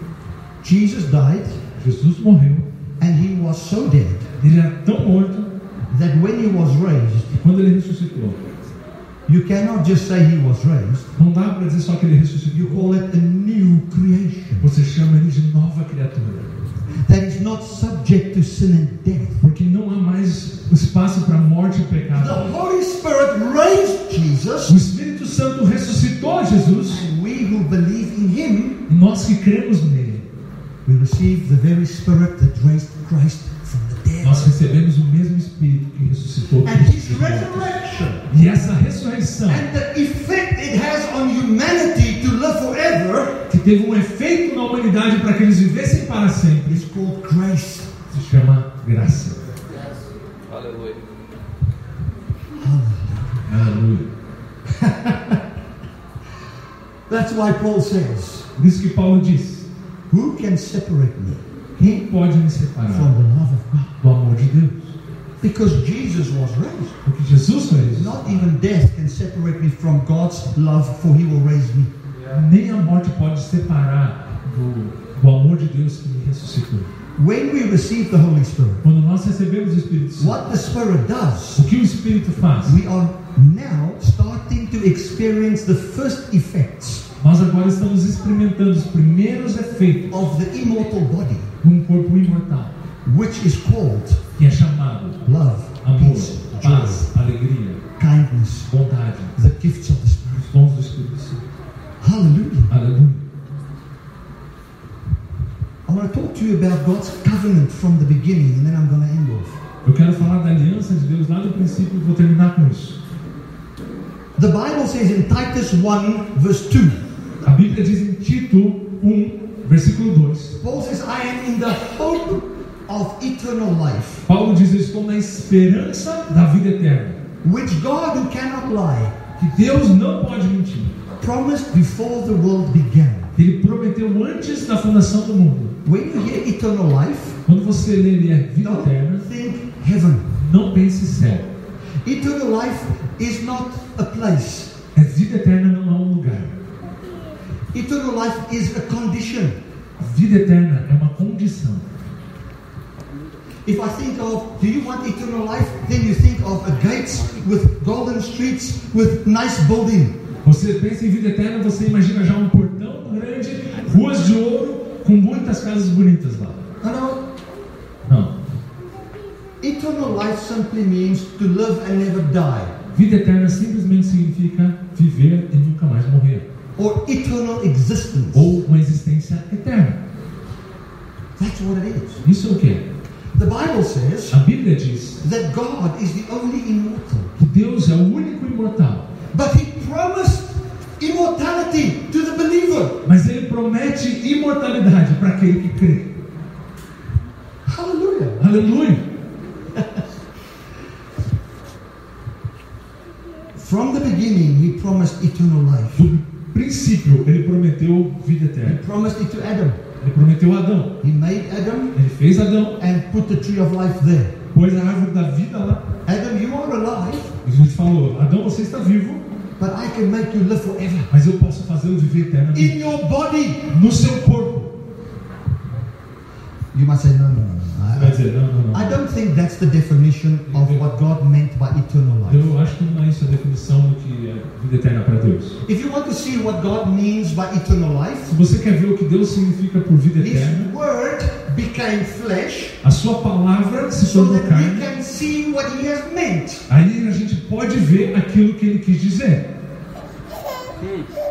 Speaker 1: Jesus died,
Speaker 2: Jesus morreu,
Speaker 1: and He was so dead
Speaker 2: ele era tão morto
Speaker 1: that when He was raised,
Speaker 2: que quando ele ressuscitou,
Speaker 1: you cannot just say He was raised.
Speaker 2: não dá para dizer só que ele
Speaker 1: You
Speaker 2: ressuscitou.
Speaker 1: call it a new creation
Speaker 2: Você chama ele de nova criatura.
Speaker 1: that is not subject to sin and death.
Speaker 2: Porque não há mais espaço para morte e
Speaker 1: The
Speaker 2: pecado.
Speaker 1: Holy Spirit raised Jesus,
Speaker 2: O Espírito Santo ressuscitou Jesus.
Speaker 1: and we who believe in Him
Speaker 2: E nós que cremos nele,
Speaker 1: We receive the very spirit that raised Christ from the dead.
Speaker 2: nós recebemos o mesmo Espírito que ressuscitou
Speaker 1: And
Speaker 2: Cristo.
Speaker 1: his
Speaker 2: dos mortos.
Speaker 1: resurrection
Speaker 2: E essa ressurreição,
Speaker 1: and the effect it has on humanity to live forever
Speaker 2: que teve um efeito na humanidade para que eles vivessem para sempre,
Speaker 1: is called grace.
Speaker 2: se chama graça.
Speaker 3: Yes. Hallelujah.
Speaker 2: Aleluia.
Speaker 1: That's why Paul says,
Speaker 2: Por isso que Paulo diz:
Speaker 1: Who can separate me
Speaker 2: Quem pode me separar
Speaker 1: from the love of God?
Speaker 2: do amor de Deus?
Speaker 1: Because Jesus was raised.
Speaker 2: Porque Jesus fez.
Speaker 1: Not even death can separate me from God's love, for he will raise me.
Speaker 2: Nem a morte pode separar do, do amor de Deus que me ressuscitou.
Speaker 1: When we receive the Holy Spirit,
Speaker 2: Quando nós recebemos o Espírito Santo,
Speaker 1: what the Spirit does,
Speaker 2: o que o Espírito faz?
Speaker 1: we are now starting to experience the first effects
Speaker 2: Nós agora estamos experimentando os primeiros efeitos
Speaker 1: of the immortal body,
Speaker 2: de um corpo imortal,
Speaker 1: which is called
Speaker 2: que é chamado
Speaker 1: love,
Speaker 2: amor,
Speaker 1: peace, joy,
Speaker 2: paz, alegria,
Speaker 1: kindness,
Speaker 2: bondade,
Speaker 1: the gifts of the Spirit.
Speaker 2: os dons do Espírito Santo.
Speaker 1: Hallelujah.
Speaker 2: Aleluia.
Speaker 1: I want to talk to you about God's covenant from the beginning, and then I'm going to end off.
Speaker 2: Eu quero falar da aliança de Deus lá do princípio e vou terminar com isso.
Speaker 1: The Bible says in Titus 1, verse 2,
Speaker 2: A Bíblia diz em Tito 1, versículo 2.
Speaker 1: Paul says, I am in the hope of eternal life,
Speaker 2: Paulo diz: Eu estou na esperança da vida eterna.
Speaker 1: which God, who cannot lie,
Speaker 2: Que Deus não pode mentir.
Speaker 1: promised before the world began.
Speaker 2: que Ele prometeu antes da fundação do mundo.
Speaker 1: When you hear eternal life,
Speaker 2: Quando você lê ele é vida
Speaker 1: don't
Speaker 2: eterna,
Speaker 1: think heaven.
Speaker 2: não pense céu.
Speaker 1: Eternal life is not a place.
Speaker 2: A vida eterna não é um lugar.
Speaker 1: Eternal life is a condition.
Speaker 2: A vida eterna é uma condição.
Speaker 1: If I think of, do you want eternal life? Then you think of a gates with golden streets with nice building.
Speaker 2: Você pensa em vida eterna, você imagina já um portão grande, ruas de ouro, com muitas casas bonitas lá.
Speaker 1: No, no.
Speaker 2: Não.
Speaker 1: Eternal life simply means to live and never die,
Speaker 2: Vida eterna simplesmente significa viver e nunca mais morrer.
Speaker 1: or eternal
Speaker 2: Oh.
Speaker 1: existence.
Speaker 2: Ou uma existência eterna.
Speaker 1: That's what it is.
Speaker 2: Isso é o que é?
Speaker 1: The Bible says
Speaker 2: A Bíblia diz
Speaker 1: that God is the only immortal,
Speaker 2: que Deus é o único imortal,
Speaker 1: but He promised immortality to the believer.
Speaker 2: mas ele promete imortalidade para aquele que crê.
Speaker 1: Hallelujah.
Speaker 2: Aleluia!
Speaker 1: From the beginning, He promised eternal life.
Speaker 2: Do princípio, ele prometeu vida
Speaker 1: He
Speaker 2: eterna.
Speaker 1: promised it to Adam.
Speaker 2: Ele prometeu a Adão.
Speaker 1: He made Adam
Speaker 2: Ele fez Adão,
Speaker 1: and put the tree of life there.
Speaker 2: pôs a árvore da vida lá.
Speaker 1: Adam, you are alive,
Speaker 2: E Jesus falou: Adão, você está vivo,
Speaker 1: but I can make you live forever.
Speaker 2: mas eu posso fazê-lo viver eternamente.
Speaker 1: In your body.
Speaker 2: No seu corpo.
Speaker 1: You must say, no, no, no. no.
Speaker 2: Você vai
Speaker 1: I,
Speaker 2: dizer: não, não, não.
Speaker 1: I don't think that's the definition of what God meant by eternal life.
Speaker 2: Eu acho que não é isso a definição do que é vida eterna para Deus.
Speaker 1: If you want to see what God means by eternal life,
Speaker 2: Se você quer ver o que Deus significa por vida eterna,
Speaker 1: His Word became flesh
Speaker 2: a sua palavra se
Speaker 1: so that
Speaker 2: tornou
Speaker 1: we
Speaker 2: carne.
Speaker 1: can see what He has meant.
Speaker 2: Aí a gente pode ver aquilo que ele quis dizer.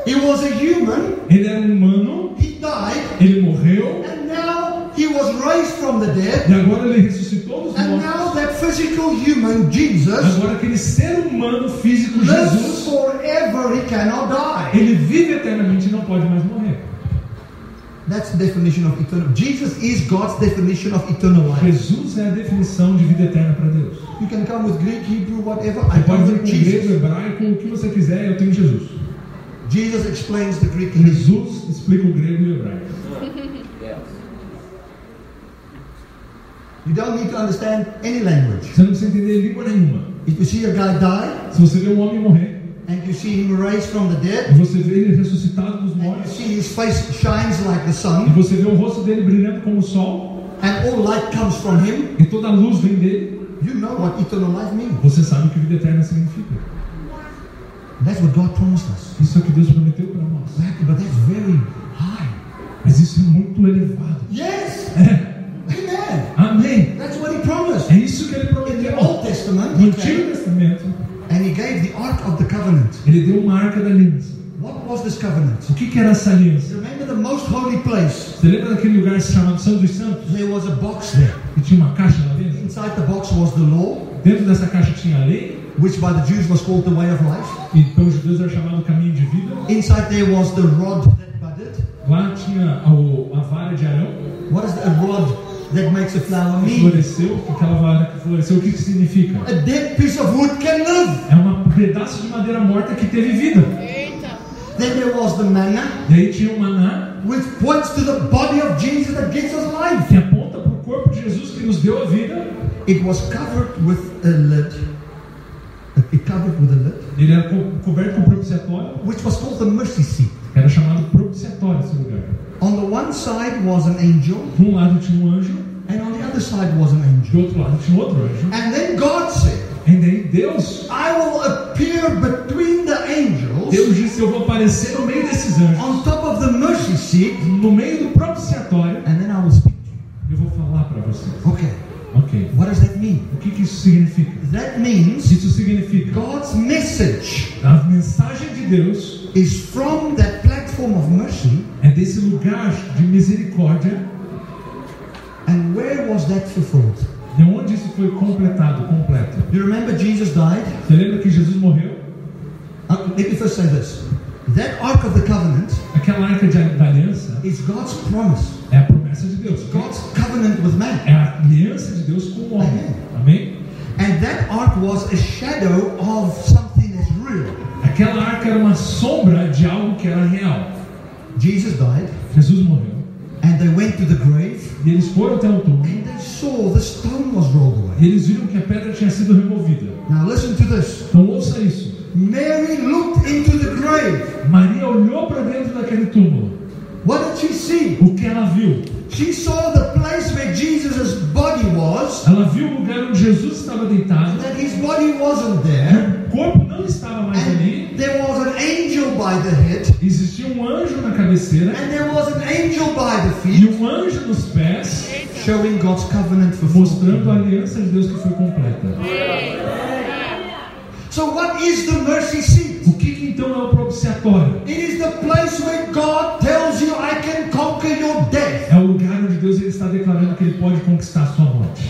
Speaker 1: He was a human,
Speaker 2: Ele era um humano,
Speaker 1: He died,
Speaker 2: ele morreu,
Speaker 1: and now He was raised from the dead.
Speaker 2: e agora ele ressuscitou dos
Speaker 1: And
Speaker 2: mortos.
Speaker 1: now that physical human Jesus
Speaker 2: Agora aquele ser humano físico
Speaker 1: lives
Speaker 2: Jesus,
Speaker 1: forever, he cannot die.
Speaker 2: ele vive eternamente e não pode mais morrer.
Speaker 1: That's the definition of eternal. Jesus is God's definition of eternal life.
Speaker 2: Jesus é a definição de vida eterna para Deus. Você
Speaker 1: You can come with Greek, Hebrew, whatever. I
Speaker 2: pode
Speaker 1: come
Speaker 2: vir
Speaker 1: with
Speaker 2: com grego,
Speaker 1: Jesus.
Speaker 2: hebraico, o que você quiser, eu tenho Jesus.
Speaker 1: Jesus explains the Greek and Hebrew.
Speaker 2: Jesus explica o grego e o hebraico.
Speaker 3: Yes.
Speaker 1: You don't need to understand any language.
Speaker 2: Você não precisa entender língua nenhuma.
Speaker 1: If you see a guy die
Speaker 2: Se você vê um homem morrer,
Speaker 1: and you see him raised from the dead,
Speaker 2: e você vê ele ressuscitado dos
Speaker 1: and you
Speaker 2: mortos,
Speaker 1: see his face shines like the
Speaker 2: e
Speaker 1: sun,
Speaker 2: você vê o rosto dele brilhando como o sol,
Speaker 1: and all light comes from him,
Speaker 2: e toda a luz vem dele,
Speaker 1: you know what eternal life means.
Speaker 2: você sabe o que vida eterna significa.
Speaker 1: That's what God promised us.
Speaker 2: Isso é o que Deus prometeu para nós.
Speaker 1: Exactly, but that's very high.
Speaker 2: Mas isso é muito elevado.
Speaker 1: Yes!
Speaker 2: É.
Speaker 1: Amen!
Speaker 2: Amém.
Speaker 1: That's what he promised
Speaker 2: É isso que ele
Speaker 1: in
Speaker 2: prometeu.
Speaker 1: the Old Testament.
Speaker 2: No Antigo Testamento,
Speaker 1: And he gave the Ark of the Covenant.
Speaker 2: ele deu uma arca da aliança.
Speaker 1: What was this covenant?
Speaker 2: O que, que era essa aliança?
Speaker 1: Remember the most holy place?
Speaker 2: Você lembra daquele lugar chamado Santo dos Santos?
Speaker 1: There was a box there.
Speaker 2: Que tinha uma caixa lá dentro?
Speaker 1: Inside the box was the law,
Speaker 2: Dentro dessa caixa tinha a lei,
Speaker 1: which by the Jews was called the way of life.
Speaker 2: e para os judeus era chamado caminho de vida.
Speaker 1: Inside there was the rod that budded.
Speaker 2: Lá tinha a, o- a vara de Arão,
Speaker 1: What is a rod that makes a flower
Speaker 2: que
Speaker 1: mean?
Speaker 2: floresceu, aquela vara que floresceu. O que, que significa?
Speaker 1: A dead piece of wood can live.
Speaker 2: É um pedaço de madeira morta que teve vida.
Speaker 4: Eita!
Speaker 1: Then there was the manna,
Speaker 2: E aí tinha o maná,
Speaker 1: which points to the body of Jesus that gives us life.
Speaker 2: que aponta para o corpo de Jesus que nos deu a vida.
Speaker 1: It was covered with a lid. It covered with a lid.
Speaker 2: Ele era co- coberto com propiciatório,
Speaker 1: which was called the mercy seat.
Speaker 2: era chamado propiciatório esse lugar.
Speaker 1: On the one side was an angel,
Speaker 2: De um lado tinha um anjo,
Speaker 1: and on the other side was an
Speaker 2: de
Speaker 1: angel.
Speaker 2: outro lado tinha outro anjo.
Speaker 1: And then God said,
Speaker 2: E daí Deus,
Speaker 1: I will appear between the angels
Speaker 2: Deus disse: Eu vou aparecer no meio desses anjos,
Speaker 1: on top of the mercy seat,
Speaker 2: no meio do propiciatório,
Speaker 1: and then I will speak to
Speaker 2: eu vou falar para vocês.
Speaker 1: you. Okay,
Speaker 2: Ok.
Speaker 1: what does that mean?
Speaker 2: O que, que isso significa?
Speaker 1: That means
Speaker 2: Isso significa
Speaker 1: God's message
Speaker 2: a mensagem de Deus
Speaker 1: is from that platform of mercy.
Speaker 2: é desse lugar de misericórdia,
Speaker 1: And where was that fulfilled?
Speaker 2: de onde isso foi completado, completo.
Speaker 1: You remember Jesus died?
Speaker 2: Você lembra que Jesus morreu?
Speaker 1: Uh, let me first say this. That Ark of the Covenant
Speaker 2: Aquela arca de, da aliança
Speaker 1: is God's promise.
Speaker 2: é a promessa de Deus. ok?
Speaker 1: God's covenant with man.
Speaker 2: É a aliança de Deus com o homem. Amém?
Speaker 1: And that ark was a shadow of something that's real.
Speaker 2: Aquela arca era uma sombra de algo que era real.
Speaker 1: Jesus died,
Speaker 2: Jesus morreu.
Speaker 1: and they went to the grave,
Speaker 2: E eles foram até o túmulo.
Speaker 1: and they saw the stone was rolled away.
Speaker 2: E eles viram que a pedra tinha sido removida.
Speaker 1: Now listen to this.
Speaker 2: Então ouça isso.
Speaker 1: Mary looked into the grave.
Speaker 2: Maria olhou para dentro daquele túmulo.
Speaker 1: What did she see?
Speaker 2: O que ela viu?
Speaker 1: She saw the place where Jesus' body was,
Speaker 2: Ela viu o lugar onde Jesus estava deitado.
Speaker 1: that his body wasn't
Speaker 2: E
Speaker 1: there,
Speaker 2: o corpo não estava mais ali.
Speaker 1: and there was an angel by the head,
Speaker 2: Existia um anjo na cabeceira
Speaker 1: and there was an angel by the
Speaker 2: e
Speaker 1: feet,
Speaker 2: um anjo nos pés,
Speaker 1: showing God's covenant
Speaker 2: mostrando a
Speaker 1: fulfillment.
Speaker 2: aliança de Deus que foi completa.
Speaker 1: So what is the mercy seat?
Speaker 2: O que, que então é o propiciatório?
Speaker 1: It is the place where God tells you, I can conquer your death.
Speaker 2: É o lugar onde Deus ele está declarando que ele pode conquistar a sua morte.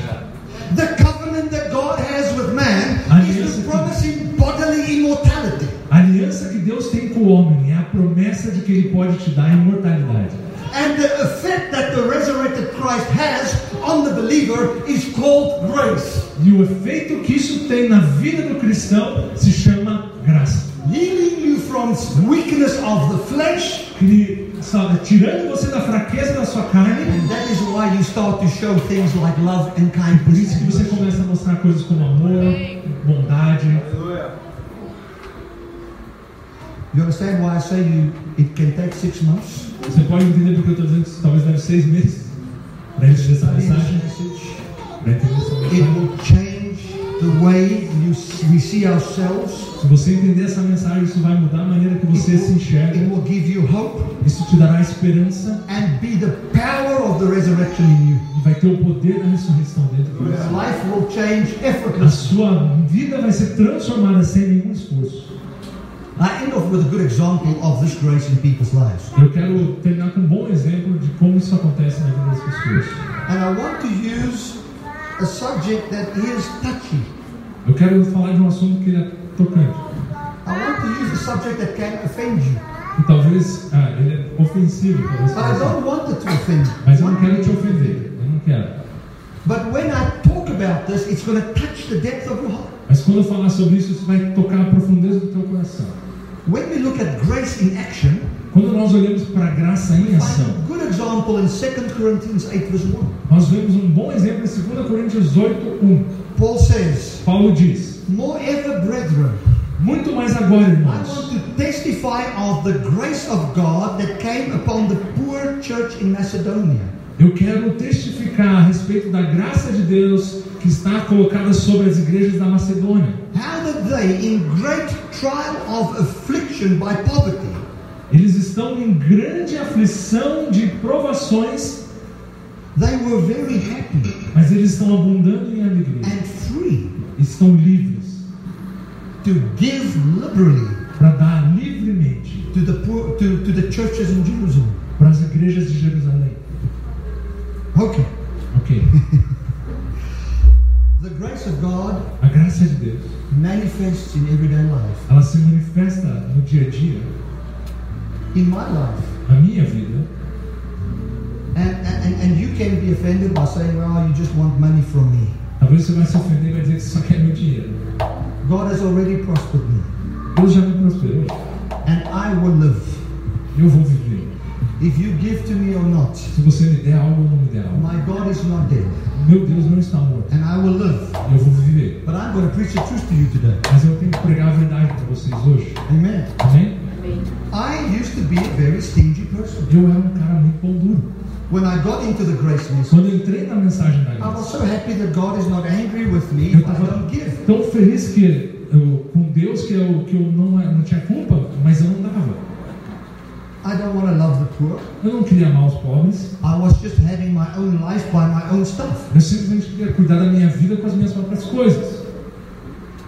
Speaker 1: The covenant that God has with man
Speaker 2: I
Speaker 1: is
Speaker 2: guess
Speaker 1: to
Speaker 2: it
Speaker 1: promise him bodily immortality.
Speaker 2: A aliança que Deus tem com o homem é a promessa de que ele pode te dar a imortalidade.
Speaker 1: And the effect that the resurrected Christ has on the believer is called grace.
Speaker 2: E o efeito que isso tem na vida do cristão se chama graça.
Speaker 1: Healing you from weakness of the flesh,
Speaker 2: Ele, sabe, tirando você da fraqueza da sua carne,
Speaker 1: and that is why you start to show things like love and
Speaker 2: por isso que
Speaker 1: kindness.
Speaker 2: você começa a mostrar coisas como amor, bondade.
Speaker 3: Aleluia.
Speaker 1: You understand why I say you it can take six months?
Speaker 2: Você pode entender porque eu estou dizendo que isso talvez leve seis meses para entender essa
Speaker 1: This
Speaker 2: mensagem.
Speaker 1: message.
Speaker 2: Para entender essa
Speaker 1: It
Speaker 2: mensagem.
Speaker 1: will change the way you s- we see ourselves.
Speaker 2: Se você entender essa mensagem, isso vai mudar a maneira que você
Speaker 1: It
Speaker 2: se enxerga.
Speaker 1: will give you hope
Speaker 2: Isso te dará esperança
Speaker 1: and be the power of the resurrection in you.
Speaker 2: e vai ter o poder da ressurreição dentro de você.
Speaker 1: Your life will change
Speaker 2: A
Speaker 1: effortlessly.
Speaker 2: sua vida vai ser transformada sem nenhum esforço.
Speaker 1: I end off with a good example of this grace in people's lives.
Speaker 2: Eu quero terminar com um bom exemplo de como isso acontece na vida das pessoas.
Speaker 1: And I want to use a subject that is touchy.
Speaker 2: Eu quero falar de um assunto que é tocante,
Speaker 1: I want to use a subject that can offend you.
Speaker 2: que talvez ah, ele é ofensivo para
Speaker 1: But I
Speaker 2: você.
Speaker 1: don't want it to offend
Speaker 2: Mas eu não
Speaker 1: you.
Speaker 2: quero te ofender, eu não quero.
Speaker 1: But when I talk about this, it's going to touch the depth of your heart.
Speaker 2: Mas quando eu falar sobre isso, isso vai tocar a profundeza do teu coração.
Speaker 1: When we look at grace in action,
Speaker 2: Quando nós olhamos para a graça em ação,
Speaker 1: A good example in 2 Corinthians 8, verse 1.
Speaker 2: nós vemos um bom exemplo em 2 Coríntios 8:1.
Speaker 1: Paul says,
Speaker 2: Paulo diz:
Speaker 1: Moreover, brethren,
Speaker 2: Muito mais agora,
Speaker 1: I
Speaker 2: irmãos.
Speaker 1: want to testify of the grace of God that came upon the poor church in Macedonia.
Speaker 2: Eu quero testificar a respeito da graça de Deus que está colocada sobre as igrejas da Macedônia.
Speaker 1: How that they, in great trial of affliction by poverty,
Speaker 2: Eles estão em grande aflição de provações,
Speaker 1: they were very happy
Speaker 2: mas eles estão abundando em alegria.
Speaker 1: and free
Speaker 2: Estão livres
Speaker 1: to give liberally
Speaker 2: para dar livremente
Speaker 1: to the poor, to, to the churches in Jerusalem.
Speaker 2: para as igrejas de Jerusalém.
Speaker 1: Okay.
Speaker 2: Ok.
Speaker 1: The grace of God
Speaker 2: A graça de Deus,
Speaker 1: manifests in everyday life.
Speaker 2: ela se manifesta no dia a dia,
Speaker 1: In my life,
Speaker 2: na minha vida.
Speaker 1: And, and, and you can be offended by saying, well, you just want money from me.
Speaker 2: Talvez você vai se ofender e vai dizer que só quer meu dinheiro.
Speaker 1: God has already prospered me,
Speaker 2: Deus já me prosperou.
Speaker 1: and I will live.
Speaker 2: Eu vou viver.
Speaker 1: If you give to me or not,
Speaker 2: Se você me der algo ou não me der algo.
Speaker 1: my God is not dead,
Speaker 2: Meu Deus não está morto.
Speaker 1: and I will live.
Speaker 2: Eu vou viver.
Speaker 1: But I'm going to preach the truth to you today.
Speaker 2: Mas eu tenho que pregar a verdade para vocês hoje.
Speaker 1: Amen.
Speaker 2: Amém?
Speaker 1: I used to be a very stingy person.
Speaker 2: Eu era um cara muito pão duro.
Speaker 1: When I got into the grace message,
Speaker 2: Quando eu entrei na mensagem da
Speaker 1: I
Speaker 2: graça,
Speaker 1: was so happy that God is not angry with me
Speaker 2: eu
Speaker 1: if I don't
Speaker 2: estava
Speaker 1: give.
Speaker 2: tão feliz que eu, com Deus que eu, que eu não, é, não tinha culpa, mas eu não dava.
Speaker 1: I don't want to love the poor.
Speaker 2: Eu não queria amar os pobres.
Speaker 1: I was just having my own life by my own stuff.
Speaker 2: Eu simplesmente queria cuidar da minha vida com as minhas próprias coisas.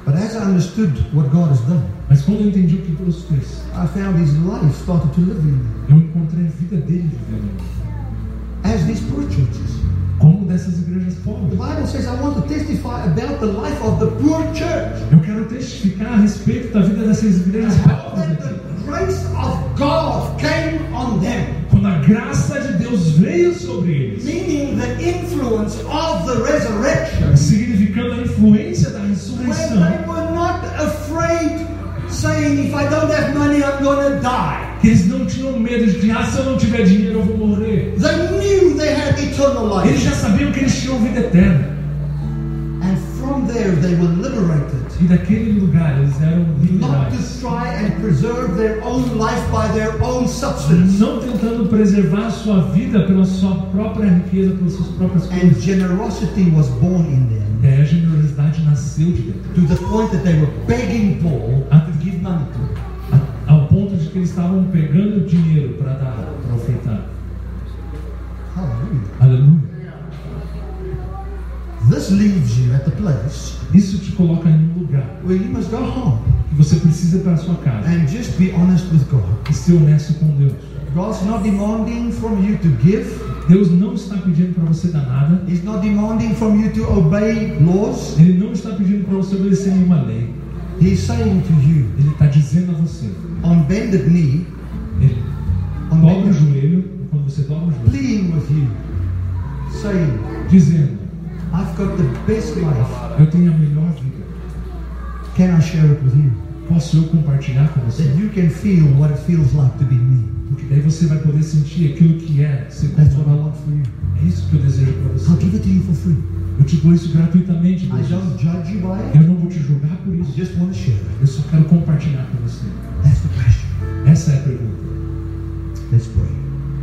Speaker 1: But as I understood what God has done,
Speaker 2: Mas quando eu entendi o que Deus fez,
Speaker 1: I found his life started to live in me.
Speaker 2: eu encontrei a vida dele vivendo.
Speaker 1: As these poor churches.
Speaker 2: Como dessas igrejas
Speaker 1: The
Speaker 2: pobres.
Speaker 1: Bible says, I want to testify about the life of the poor church.
Speaker 2: Eu quero testificar a respeito da vida dessas igrejas
Speaker 1: How
Speaker 2: pobres
Speaker 1: that
Speaker 2: aqui.
Speaker 1: the grace of God came on them.
Speaker 2: Quando a graça de Deus veio sobre eles,
Speaker 1: Meaning the influence of the resurrection.
Speaker 2: significando a influência da
Speaker 1: When
Speaker 2: ressurreição.
Speaker 1: they were not afraid, saying, if I don't have money, I'm going to die.
Speaker 2: Eles não tinham medo de que, ah, se eu não tiver dinheiro eu vou morrer.
Speaker 1: They knew they had eternal
Speaker 2: Eles
Speaker 1: life.
Speaker 2: já sabiam que eles tinham vida eterna.
Speaker 1: And from there, they were liberated.
Speaker 2: E daquele lugar eles eram
Speaker 1: Not
Speaker 2: liberais.
Speaker 1: to try and preserve their own life by their own substance.
Speaker 2: Não tentando preservar a sua vida pela sua própria riqueza, pelas suas próprias
Speaker 1: And
Speaker 2: coisas.
Speaker 1: generosity was born in them
Speaker 2: E aí a generosidade nasceu de dentro.
Speaker 1: to the point that they were begging Paul to give money to him.
Speaker 2: A- Ao ponto de que eles estavam pegando dinheiro para dar, para ofertar.
Speaker 1: Hallelujah.
Speaker 2: Aleluia.
Speaker 1: This leaves you at the place
Speaker 2: Isso te coloca em um lugar
Speaker 1: where you must go home.
Speaker 2: que que você precisa para a sua casa.
Speaker 1: and just be honest with God.
Speaker 2: E ser honesto com Deus.
Speaker 1: God's not demanding from you to give.
Speaker 2: Deus não está pedindo para você dar nada.
Speaker 1: He's not demanding from you to obey laws.
Speaker 2: Ele não está pedindo para você obedecer nenhuma lei.
Speaker 1: He's saying to you,
Speaker 2: Ele está dizendo a você.
Speaker 1: on bended knee,
Speaker 2: Ele
Speaker 1: on
Speaker 2: dobra o
Speaker 1: bended
Speaker 2: joelho, quando você dobra o joelho,
Speaker 1: pleading with you, saying,
Speaker 2: dizendo,
Speaker 1: I've got the best life.
Speaker 2: eu tenho a melhor vida.
Speaker 1: Can I share it with you?
Speaker 2: Posso eu compartilhar com
Speaker 1: That
Speaker 2: você?
Speaker 1: you can feel what it feels like to be me.
Speaker 2: Porque daí você vai poder sentir aquilo que é ser
Speaker 1: That's what I
Speaker 2: controlado.
Speaker 1: want for you.
Speaker 2: É isso que eu desejo para
Speaker 1: I'll
Speaker 2: você.
Speaker 1: give it to you for free.
Speaker 2: Eu te dou isso gratuitamente,
Speaker 1: I
Speaker 2: Deus.
Speaker 1: don't judge you by it.
Speaker 2: Eu não vou te julgar por
Speaker 1: I
Speaker 2: isso.
Speaker 1: just want to share it.
Speaker 2: Eu só quero compartilhar com você.
Speaker 1: That's the question.
Speaker 2: Essa é a pergunta.
Speaker 1: Let's pray.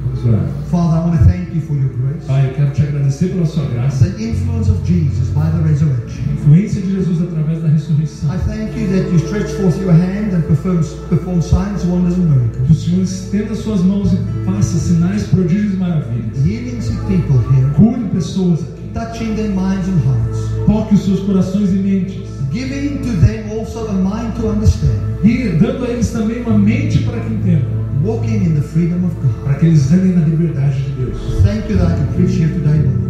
Speaker 2: Vamos orar.
Speaker 1: Father, I want to thank you for your grace.
Speaker 2: Pai, eu quero te agradecer pela sua graça.
Speaker 1: The influence of Jesus by the
Speaker 2: A
Speaker 1: resurrection.
Speaker 2: influência de Jesus através da ressurreição.
Speaker 1: I thank you that you stretch forth your hand and perform, perform signs, wonders, and
Speaker 2: Que o
Speaker 1: miracles.
Speaker 2: Senhor estenda suas mãos e faça sinais, prodígios e maravilhas.
Speaker 1: Healing sick people here,
Speaker 2: Cure pessoas aqui.
Speaker 1: touching their minds and hearts,
Speaker 2: Toque os seus corações e mentes.
Speaker 1: giving to them also a mind to understand,
Speaker 2: E dando a eles também uma mente para que entendam.
Speaker 1: walking in the freedom of God.
Speaker 2: Para que eles andem na liberdade de Deus.
Speaker 1: Thank you that I could preach here today, Lord.